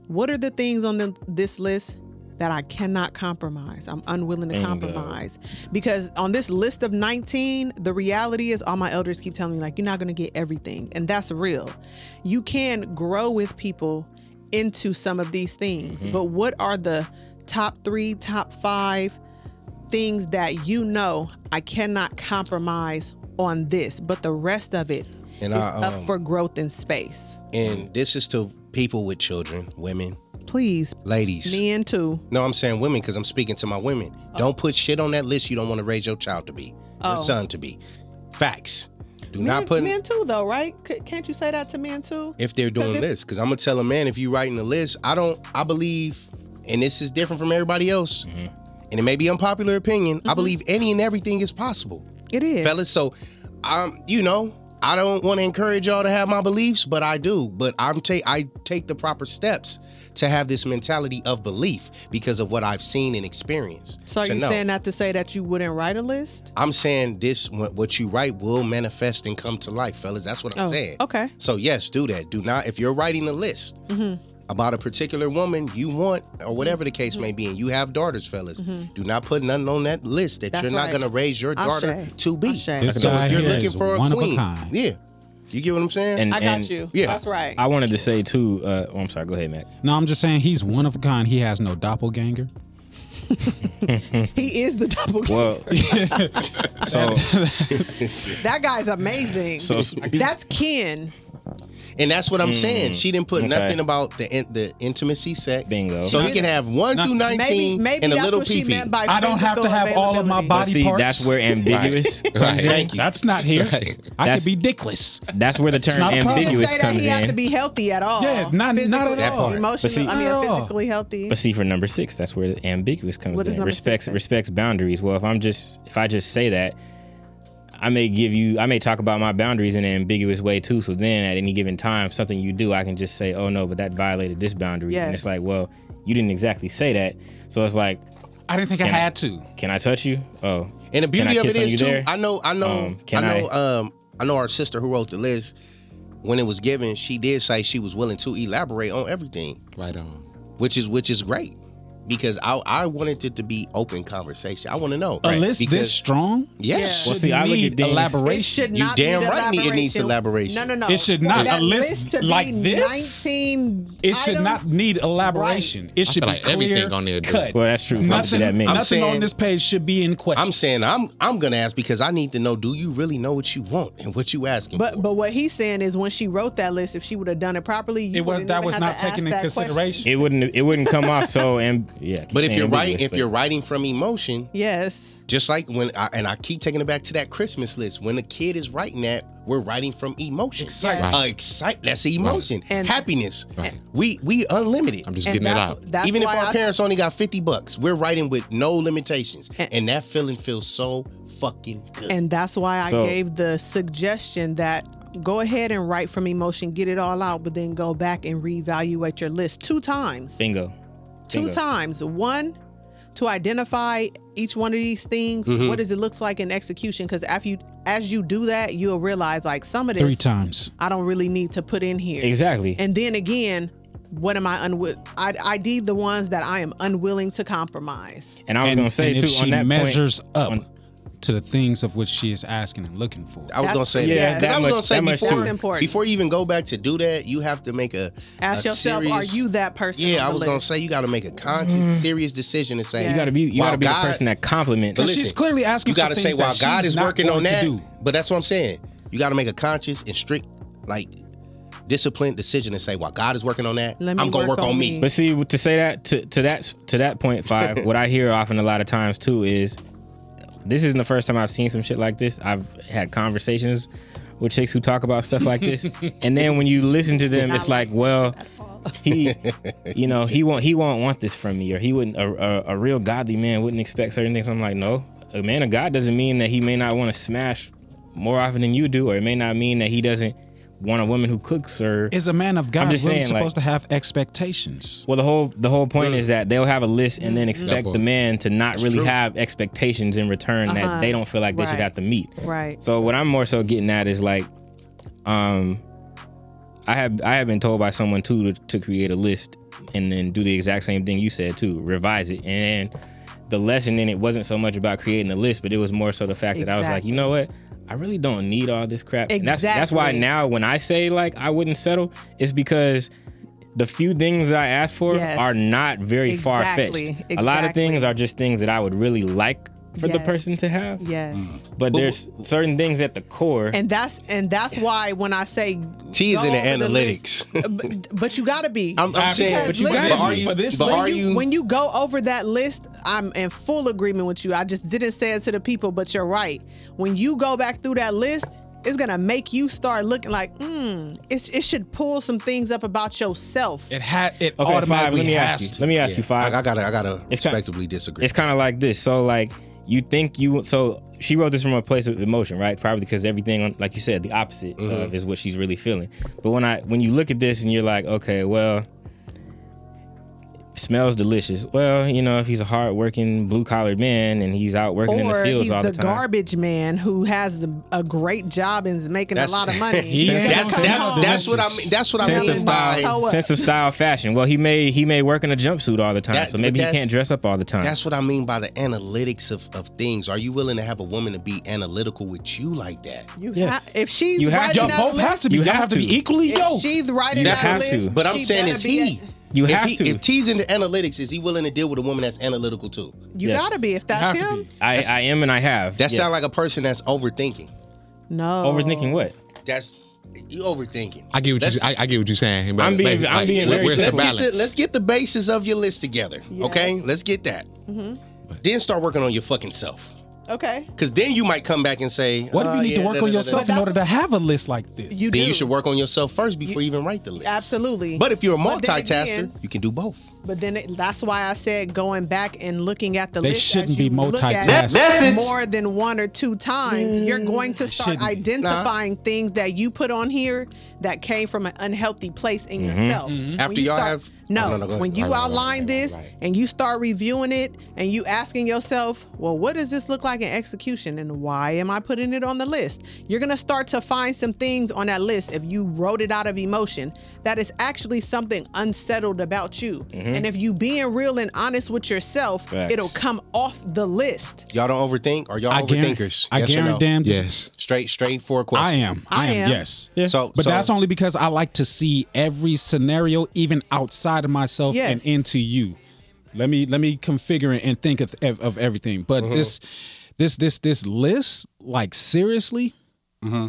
C: what are the things on the, this list that I cannot compromise? I'm unwilling to compromise because on this list of 19, the reality is all my elders keep telling me like you're not going to get everything, and that's real. You can grow with people into some of these things,
A: Mm-hmm.
C: but what are the top three, top five things that you know I cannot compromise on this, but the rest of it is
A: And I, um,
C: up for growth and space.
A: and this is to people with children, women,
C: Please,
A: ladies.
C: me and two.
A: No, I'm saying women because I'm speaking to my women. Don't put shit on that list you don't want to raise your child to be, your
C: Oh.
A: son to be. Facts. Do not
C: men,
A: put
C: men too though, right? C- can't you say that to men too?
A: if they're doing
C: if-
A: this because I'm gonna tell a man if you writing the list. I don't. I believe, and this is different from everybody else. And it may be unpopular opinion.
C: Mm-hmm.
A: I believe any and everything is possible,
C: It is.
A: fellas. So, um, you know, I don't want to encourage y'all to have my beliefs, but I do. But I'm take I take the proper steps to have this mentality of belief because of what I've seen and experienced.
C: so are
A: to
C: you
A: know.
C: saying not to say that you wouldn't write a list?
A: I'm saying this what what you write will manifest and come to life, fellas. That's what I'm
C: Oh,
A: saying.
C: okay. Mm-hmm.
A: So yes, do that. Do not if you're writing a list about a particular woman you want or whatever the
C: Mm-hmm.
A: case may be, and you have daughters, fellas, do not put nothing on that list that
C: That's
A: you're not
C: right.
A: gonna raise your
C: Ashe.
A: daughter to be.
C: Ashe.
A: So
C: This
B: guy
A: if you're
B: here
A: looking
B: is
A: for a
B: one of a
A: queen,
B: kind.
A: yeah, you get what I'm saying?
D: And-
C: I got
D: and-
C: you.
A: Yeah.
C: That's right.
D: I wanted to say too. Uh, oh, I'm sorry. Go ahead, Mac.
B: No, I'm just saying he's one of a kind. He has no doppelganger.
C: he is the double.
D: Well, so
C: That guy's amazing.
D: so speak-
C: That's Ken.
A: And that's what I'm saying. She didn't put
D: Mm, okay.
A: nothing about the in, the intimacy sex.
D: Bingo.
A: So he can have one through
C: Maybe,
A: nineteen
C: maybe
A: and a
C: that's
A: little
C: what
A: pee
C: she
A: pee.
C: meant by
B: I don't have to
C: physical
B: have all of my
C: availability.
D: but
B: body
D: see,
B: parts.
D: that's where ambiguous.
E: Right.
A: Thank you.
B: That's not here. I could
D: That's-
B: be dickless.
D: That's where the term
B: not a problem.
C: Didn't
D: ambiguous
C: say that
D: comes
C: he had to
D: in.
C: be healthy at all.
B: Yeah, not- not at
A: all. That part.
C: Emotionally,
D: But see-
C: I
B: Not at
C: mean,
B: all.
C: physically healthy.
D: But see, for number six, that's where the ambiguous comes
C: What is
D: in.
C: number
D: Respects
C: six?
D: respects boundaries. Well, if I'm just if I just say that, I may give you I may talk about my boundaries in an ambiguous way too. So then at any given time, something you do, I can just say, oh no, but that violated this boundary. And
C: Yes.
D: it's like, well, you didn't exactly say that. So it's like,
B: I didn't think I
D: Can I-
B: had to.
D: can I touch you? Oh,
A: And the
D: Can I
A: beauty of
D: kiss
A: it
D: on
A: is
D: you
A: too.
D: there?
A: I know. I know.
D: Um, can
A: I know. Um, I know our sister who wrote the list. When it was given, she did say she was willing to elaborate on everything,
E: Right on.
A: which is which is great because I I wanted it to be open conversation. I want to know.
B: A list this
A: Because
B: strong
A: Yes.
C: Yeah.
D: Well, see, I look
B: need
D: at things-
C: It
B: elaboration.
C: should
A: You
C: not
A: damn
C: need
A: right it needs elaboration.
C: No, no, no.
B: It should
C: For
B: not.
C: that
B: A list
C: to be
B: like this,
C: 19
B: It should not
C: items,
B: need elaboration. It should
E: feel
B: be
E: like
B: clear,
E: everything on there, dude.
B: cut.
D: Well, that's true. Obviously,
B: Nothing,
D: that many.
A: I'm
B: nothing
A: saying-
B: on this page should be in question.
A: I'm saying I'm I'm gonna ask because I need to know. Do you really know what you want and what you asking
C: But
A: for?
C: but what he's saying is when she wrote that list, if she would have done it properly, you
B: it was
C: wouldn't
B: that
C: even
B: was
C: have
B: not
C: to ask
B: taken in
C: that question.
B: consideration.
D: It wouldn't. It wouldn't come off so. And yeah. I keep
A: But if
D: saying
A: you're right,
D: ambiguous,
A: if
D: but-
A: you're writing from emotion,
C: Yes.
A: just like when I, and I keep taking it back to that Christmas list. When a kid is writing that, we're writing from emotion.
B: Excitement.
A: Uh, excite. That's emotion.
C: And-
A: Happiness.
E: Right.
A: We we unlimited.
E: I'm just
C: And
E: getting that
C: that's-
E: out.
C: That's
A: Even if
C: why
A: our
C: I-
A: parents only got 50 bucks, we're writing with no limitations.
C: And-
A: And, that feeling feels so fucking good.
C: And that's why I
D: So-
C: gave the suggestion that go ahead and write from emotion, get it all out, but then go back and reevaluate your list two times.
D: bingo.
C: two
D: Bingo.
C: times. One to identify each one of these things. What does it look like in execution? Because after you, as you do that, you'll realize like some of this
B: Three times.
C: I don't really need to put in here.
D: Exactly.
C: And then again, what am I unwilling? I ID the ones that I am unwilling to compromise.
D: And I was
B: and,
D: gonna say
B: and if
D: too
B: she
D: on that point.
B: measures up
D: on-
B: to the things of which she is asking and looking for.
A: I was
C: That's-
A: gonna say
C: yeah,
A: that. 'Cause
D: that
A: I was
D: much-
A: gonna say
D: that much
A: before,
C: too. Important.
A: before you even go back to do that, you have to make a
C: Ask
A: a
C: yourself,
A: serious-
C: are you that person?
A: Yeah,
C: on
A: I
C: the
A: was
C: list?
A: gonna say you gotta make a conscious, serious decision and say
C: You
D: You gotta be. You
A: while
D: gotta be
A: God-
D: the person that compliments.
A: But
B: She's
A: listen,
B: clearly asking
A: You gotta
B: for
A: say
B: things
A: while
B: that
A: God
B: she's
A: is
B: not
A: working on
B: going to
A: that.
B: do.
A: But that's what I'm saying. You gotta make a conscious and strict, like disciplined decision and say, while God is working on that,
C: Let me
A: I'm gonna work, on me.
D: But see, to say that to, to that to that point five, what I hear often a lot of times too is, this isn't the first time I've seen some shit like this. I've had conversations with chicks who talk about stuff like this, and then when you listen to them, it's like, well, he, you know, he won't he won't want this from me, or he wouldn't a, a, a real godly man wouldn't expect certain things. I'm like, no, a man of God doesn't mean that he may not want to smash more often than you do, or it may not mean that he doesn't want a woman who cooks or
B: Is a man of God really
D: just saying, like-
B: supposed to have expectations?
D: well, the whole the whole point is that they'll have a list and then expect
E: Double.
D: the man to not really have expectations in return
C: Uh-huh.
D: that they don't feel like they
C: Right.
D: should have to meet.
C: Right.
D: So what I'm more so getting at is like, um, I have I have been told by someone too to, to create a list and then do the exact same thing you said too, revise it and. Then the lesson in it wasn't so much about creating a list, but it was more so the fact that I was like, you know what? I really don't need all this crap. And that's that's why
C: Exactly.
D: now when I say like I wouldn't settle, it's because the few things that I asked for
C: Yes.
D: are not very
C: Exactly,
D: far fetched. A lot
C: exactly.
D: of things are just things that I would really like for the
C: Yes.
D: person to have.
C: Yes.
D: But there's certain things at the core.
C: And that's and that's why when I say
A: T is
C: go
A: in the
C: over
A: analytics.
C: list, but, but you gotta be.
A: I'm, I'm saying,
C: But you gotta
A: are
B: be
A: you?
B: for this
A: but
B: list.
A: are
C: when you,
A: you?
C: when you go over that list, I'm in full agreement with you. I just didn't say it to the people, but you're right. When you go back through that list, it's gonna make you start looking like, hmm, it's it should pull some things up about yourself.
B: It had it
D: okay, five,
B: automatically
D: let me
B: has
D: ask you.
B: to.
D: Let me ask you
A: I,
D: five.
A: I gotta, I gotta
D: It's kinda-
A: respectably disagree.
D: it's kind of like this. So like you think you so she wrote this from a place of emotion, right? Probably because everything, like you said, the opposite of is what she's really feeling. But when I when you look at this and you're like, okay, well, smells delicious. Well, you know, if he's a hardworking blue collared man and he's out working in the
C: Or
D: fields
C: he's
D: all
C: the,
D: the, time.
C: garbage man who has a- a great job and is making a
A: That's-
C: lot of money.
B: He ain't
A: that's
B: gonna
A: that's
B: come
A: that's
B: home.
A: what I mean. That's what I
D: Sense
C: Telling
D: of
A: mean
C: you
A: by.
C: how-
D: style, sense of style, fashion. Well, he may he may work in a jumpsuit all the time,
A: That-
D: so
A: but
D: maybe he
A: that's-
D: can't dress up all the time.
A: That's what I mean by the analytics of, of things. Are you willing to have a woman to be analytical with you like that?
C: You
D: Yes.
C: ha- if she's
D: You have-
C: writing
B: Y'all
C: that
B: both
C: list,
B: have to be.
D: You
B: You
D: have
B: have to
D: to.
B: be equally
C: if
B: yo.
C: she's writing
A: You
C: that
A: have
C: list,
D: to.
A: But I'm
C: she
A: saying
C: better
A: it's
C: be
A: he.
D: You
A: if
D: have
A: he,
D: to.
A: If T's into analytics, is he willing to deal with a woman that's analytical too?
C: a- you
D: Yes.
C: gotta be. If
B: have
C: that's
B: to
C: him,
B: be.
D: I, I am and I have.
A: That
D: Yes.
A: sound like a person that's overthinking.
C: no.
D: overthinking what?
A: That's you overthinking.
E: I get what
A: Let's-
E: you. I, I get what you're saying. but
D: I'm being- I'm being
E: where-
D: very
E: where's the
A: let's get
E: balance?
A: the, let's get the basis of your list together.
C: Yes. Mm-hmm.
A: Okay, let's get that. Then start working on your fucking self,
C: Okay.
A: because then you might come back and say,
B: What if
A: "Uh,
B: you need
A: yeah,
B: to work
A: da, da, da,
B: on
A: da,
B: yourself
A: da."
B: in order to have a list like this?
C: You
A: Then
C: do.
A: you should work on yourself first before you, even write the list.
C: Absolutely.
A: But if you're a
C: But then
A: multitasker,
C: again-
A: you can do both.
C: But then it, that's why I said going back and looking at the
B: They
C: list. as
B: shouldn't
C: you
B: be
C: look at it
B: multitasking.
A: Message.
C: More than one or two times, you're going to start
B: shouldn't be.
C: identifying things that you put on here that came from an unhealthy place in yourself. When
A: Mm-hmm. After
C: you
A: y'all
C: start-
A: have-
C: no,
A: Oh, no, no, go ahead.
C: when you
A: Right, right, right,
C: outline
A: right,
C: this
A: right, right.
C: and you start reviewing it and you asking yourself, well, what does this look like second execution. And why am I putting it on the list? You're going to start to find some things on that list if you wrote it out of emotion that is actually something unsettled about you.
A: Mm-hmm.
C: And if you being real and honest with yourself,
D: Facts.
C: it'll come off the list.
A: Y'all don't overthink? Are y'all
B: I guarantee.
A: overthinkers?
B: I
A: yes or no?
B: guarantee. damn-
E: Yes.
A: Straight, straight forward question.
B: I am. I,
C: I
B: am.
C: am.
B: Yes.
A: So-
B: but
A: so-
B: that's only because I like to see every scenario, even outside of myself
C: Yes.
B: and into you. Let me let me configure it and think of of, of everything. But this this this this list, like seriously, Mm-hmm.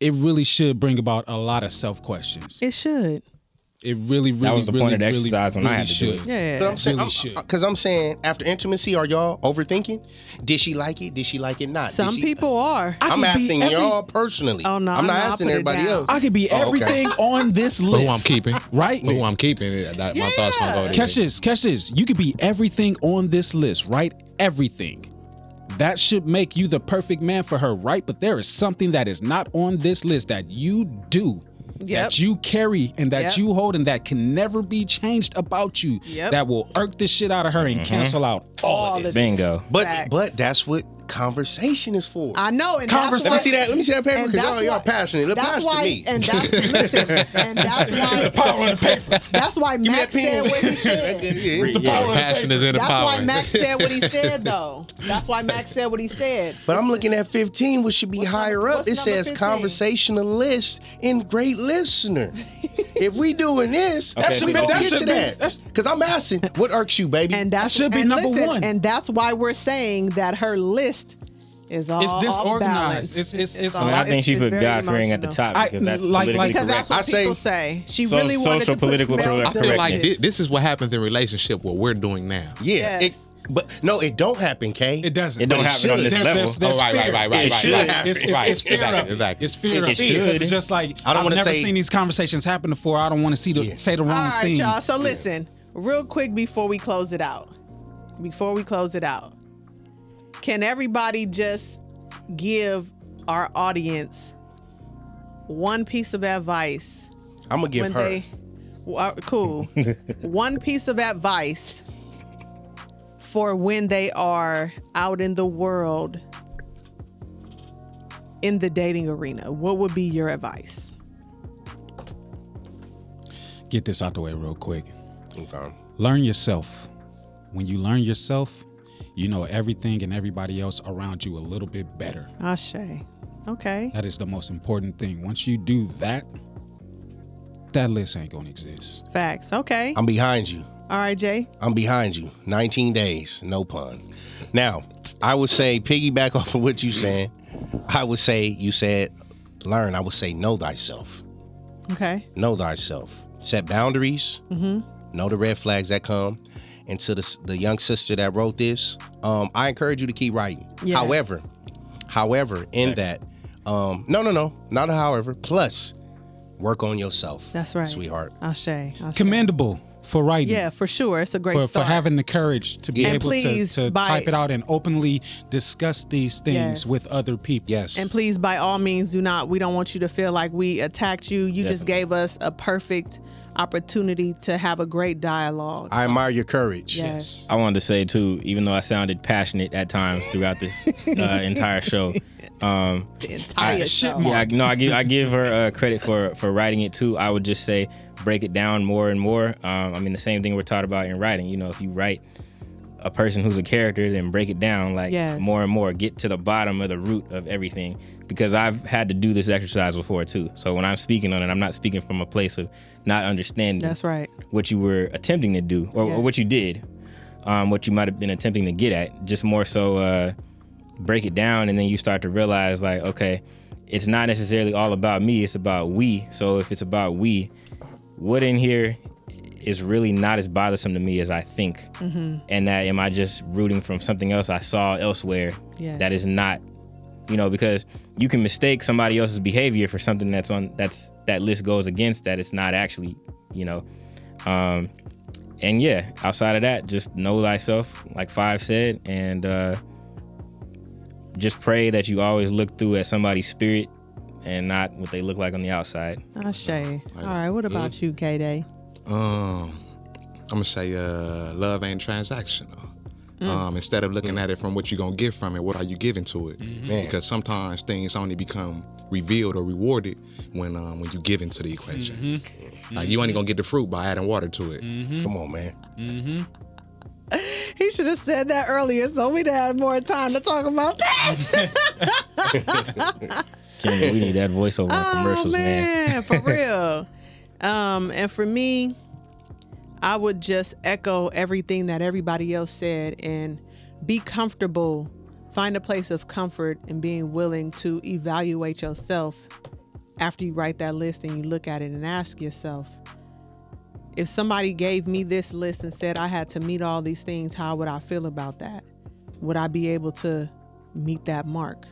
B: it really should bring about a lot of self questions.
C: It should.
B: It really, really,
D: That was the
B: really,
D: point of the
B: really,
D: exercise when I
B: really
D: had to do
B: should.
D: it.
C: Yeah.
A: Cause I'm saying,
B: really should.
A: because I'm saying, after intimacy, are y'all overthinking? Did she like it? Did she like it not? Did
C: Some
A: she-
C: people are.
B: I
A: I'm
B: could be
A: asking
B: every-
A: y'all personally.
C: Oh, no,
A: I'm
C: no,
A: not
C: I'll
A: asking
C: put it
A: everybody
C: down.
A: else.
B: I could be
A: Oh, okay.
B: everything on this list.
E: Who I'm keeping.
B: Right?
E: Who I'm keeping. That- that- My thoughts gonna go there.
B: Catch this, catch this. You could be everything on this list, right? Everything. That should make you the perfect man for her, right? But there is something that is not on this list that you do.
C: Yep.
B: That you carry and that
C: Yep.
B: you hold and that can never be changed about you.
C: Yep.
B: That will irk the shit out of her and
D: Mm-hmm.
B: cancel out all of it.
D: Bingo.
A: But
C: Facts.
A: but that's what conversation is for.
C: I know. And
A: Converse- let
C: that's
A: me
C: why-
A: see that. Let me see that paper
C: and
A: because y'all
C: that's
A: y'all
C: why-
A: passionate. It
C: that's
A: applies to
C: why-
A: me.
C: And that's listen, and that's why
B: Power on the paper.
C: that's why
A: Give me that
C: Max said
A: pen.
C: what he said.
A: Yeah, it's the-
E: The passion is in the
C: That's
E: power.
C: why Max said what he said, though. That's why Max said what he said.
A: But I'm looking at 15, which should be higher up.
C: what's
A: It
C: number
A: says
C: 15?
A: conversationalist and great listener. if we doing this,
D: That should
A: we
D: be-
A: gonna
D: that
A: get
B: should
A: to
B: be-
A: that.
B: that's-
A: Because I'm asking, what irks you, baby?
C: And that's
B: should be
C: and
B: number
C: listen,
B: one.
C: And that's why we're saying that her list is all
B: It's
C: off balance.
B: disorganized. It's it's it's,
C: all
D: I mean, I
C: it's-
D: think she
C: uh, it's
D: put
C: very
D: God fearing at the
C: emotional.
D: top
B: I-
D: because that's
B: like-
D: politically
B: like-
C: Because
D: correct.
C: that's what
A: I say-
C: people say. She
D: So-
C: really wanted
D: social
C: to
D: political
C: put smells
D: correct-
E: I feel like
D: Correctness.
E: thi- this is what happens in relationship. What we're doing now.
A: yeah.
C: Yes.
A: It, but no, it don't happen, Kay.
B: it doesn't.
D: It don't
A: But it
D: happen on
A: should.
D: this
B: There's,
D: level.
B: there's, there's
E: Oh, right,
B: fear.
E: right, right, right,
B: It
A: right,
B: should.
A: right.
B: It's, it's,
E: Right,
B: it's fear
E: exactly,
B: of it.
E: exactly.
B: It's fear
D: It
B: of it.
D: should.
B: It's just like
A: I
B: I
A: don't
B: don't
A: wanna
B: want to never
A: say-
B: seen these conversations happen before. I don't want to see the say the wrong
C: All right,
B: thing.
C: y'all. So listen, real quick before we close it out. Before we close it out, can everybody just give our audience one piece of advice
A: I'm gonna give
C: when
A: her.
C: they Well, cool. one piece of advice for when they are out in the world in the dating arena. What would be your advice?
B: Get this out the way real quick.
A: Okay.
B: Learn yourself. When you learn yourself, you know everything and everybody else around you a little bit better.
C: Ashe. Okay.
B: That is the most important thing. Once you do that, that list ain't gonna exist.
C: Facts. Okay.
A: I'm behind you.
C: All right, Jay.
A: I'm behind you. 19 days, no pun. Now, I would say piggyback off of what you saying. I would say you said learn. I would say know thyself.
C: Okay.
A: Know thyself. Set boundaries.
C: Mm-hmm.
A: Know the red flags that come. And to the, the young sister that wrote this, um, I encourage you to keep writing.
C: Yeah.
A: However, however, in that, um, no, no, no, not a however. Plus, work on yourself.
C: That's right.
A: sweetheart.
C: Ashe. Ashe.
B: Commendable for writing.
C: Yeah, for sure. It's a great
B: for, for
C: start.
B: having the courage to be
A: Yeah. And
B: able
C: please,
B: to, to
C: by-
B: type it out and openly discuss these things
C: Yes.
B: with other people.
A: Yes.
C: and please, by all means, do not. We don't want you to feel like we attacked you. You just gave us a perfect opportunity to have a great dialogue.
A: I admire your courage.
C: Yes.
D: I wanted to say too, even though I sounded passionate at times throughout this uh, entire show, um,
C: the entire
D: I-
C: show.
D: yeah, I, no, I give I give her uh, credit for for writing it too. I would just say break it down more and more. Um, I mean, the same thing we're taught about in writing. You know, if you write a person who's a character, then break it down like
C: Yes.
D: more and more. Get to the bottom of the root of everything because I've had to do this exercise before too. So when I'm speaking on it, I'm not speaking from a place of not understanding
C: That's right.
D: what you were attempting to do or,
C: Yeah.
D: or what you did, um, what you might have been attempting to get at. Just more so uh, break it down, and then you start to realize, like, okay, it's not necessarily all about me, it's about we. So if it's about we, what in here is really not as bothersome to me as I think? And that am I just rooting from something else I saw elsewhere
C: Yeah.
D: that is not you know because you can mistake somebody else's behavior for something that's on that's that list goes against that it's not actually you know um and yeah outside of that just know thyself like five said and uh just pray that you always look through at somebody's spirit and not what they look like on the outside
C: Ashe. All right. What about you, K Day?
E: Um, I'm gonna say uh, love ain't uh, transactional. Um, instead of looking at it from what you're gonna get from it, what are you giving to it?
A: Man.
E: Because sometimes things only become revealed or rewarded when um, when you give into the equation. Like you only gonna get the fruit by adding water to it.
C: Mm-hmm.
A: Come on, man.
C: He should have said that earlier so we'd have more time to talk about that.
D: Kendrick, we need that voiceover
C: Oh,
D: on commercials, man.
C: for real. Um, and for me, I would just echo everything that everybody else said and be comfortable. Find a place of comfort and being willing to evaluate yourself after you write that list and you look at it and ask yourself if somebody gave me this list and said I had to meet all these things, how would I feel about that? Would I be able to meet that mark?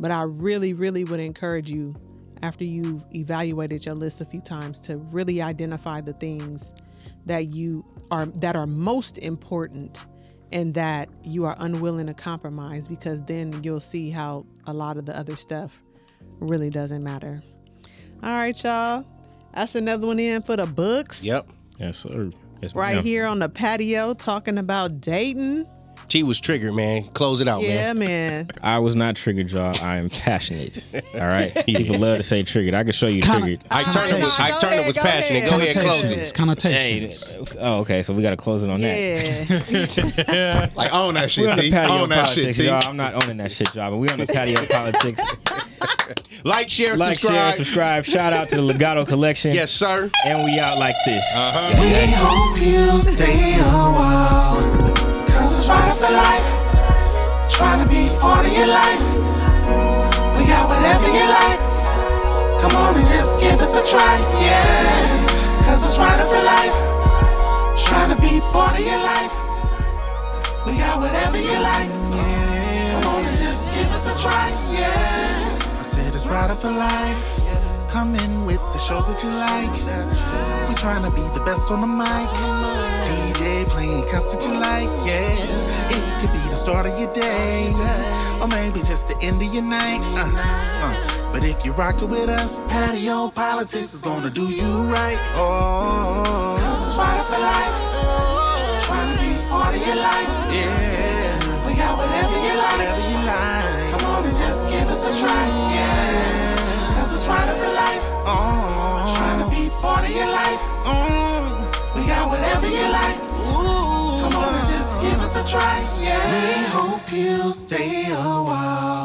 C: But I really, really would encourage you after you've evaluated your list a few times to really identify the things that you are that are most important and that you are unwilling to compromise because then you'll see how a lot of the other stuff really doesn't matter. All right, y'all. That's another one in for the books.
A: Yep.
D: Yes, sir. Yes,
C: Right
D: ma'am.
C: here on the patio talking about dating.
A: T was triggered, man. Close it out,
C: Yeah,
A: man.
C: man.
D: I was not triggered, y'all. I am passionate. All right. People love to say triggered. I can show you triggered.
A: Ike Turner was,
C: Come on,
A: Ike
C: go
A: Turner
C: ahead,
A: was
C: go
A: passionate.
C: ahead.
A: Go ahead, close
C: Connotation.
A: it.
B: Connotations. Connotations.
D: oh, okay. So we got to close it on that.
C: Yeah.
E: Like own that shit,
D: We're on the
E: T.
D: patio
E: Own that shit,
D: politics,
E: T.
D: y'all. I'm not owning that shit, y'all. But we on the patio politics.
A: Like, share,
D: Like, share,
A: subscribe.
D: subscribe. Shout out to the Legato Collection.
A: Yes, sir.
D: And we out like this.
E: Uh,
F: We hope you stay a while. Cause it's right for life. Trying to be all of your life. We got whatever you like. Come on and just give us a try. Yeah. Cause it's right for life. Trying to be part of your life. We got whatever you like. Come on and just give us a try. Yeah. I said it's right for life. Come in with the shows that you like. We tryna be the best on the mic. DJ playing cuts that you like, yeah. It could be the start of your day, or maybe just the end of your night. Uh, uh. But if you rock it with us, patio politics is gonna do you right. Oh, cause it's right for life. Tryna be part of your life. Yeah, we got whatever you like. Whatever you like. Come on and just give us a try. Yeah, cause it's right for life. Oh, tryna be part of your life. We got whatever you like. Come on and just give us a try. Yeah. We hope you stay a while.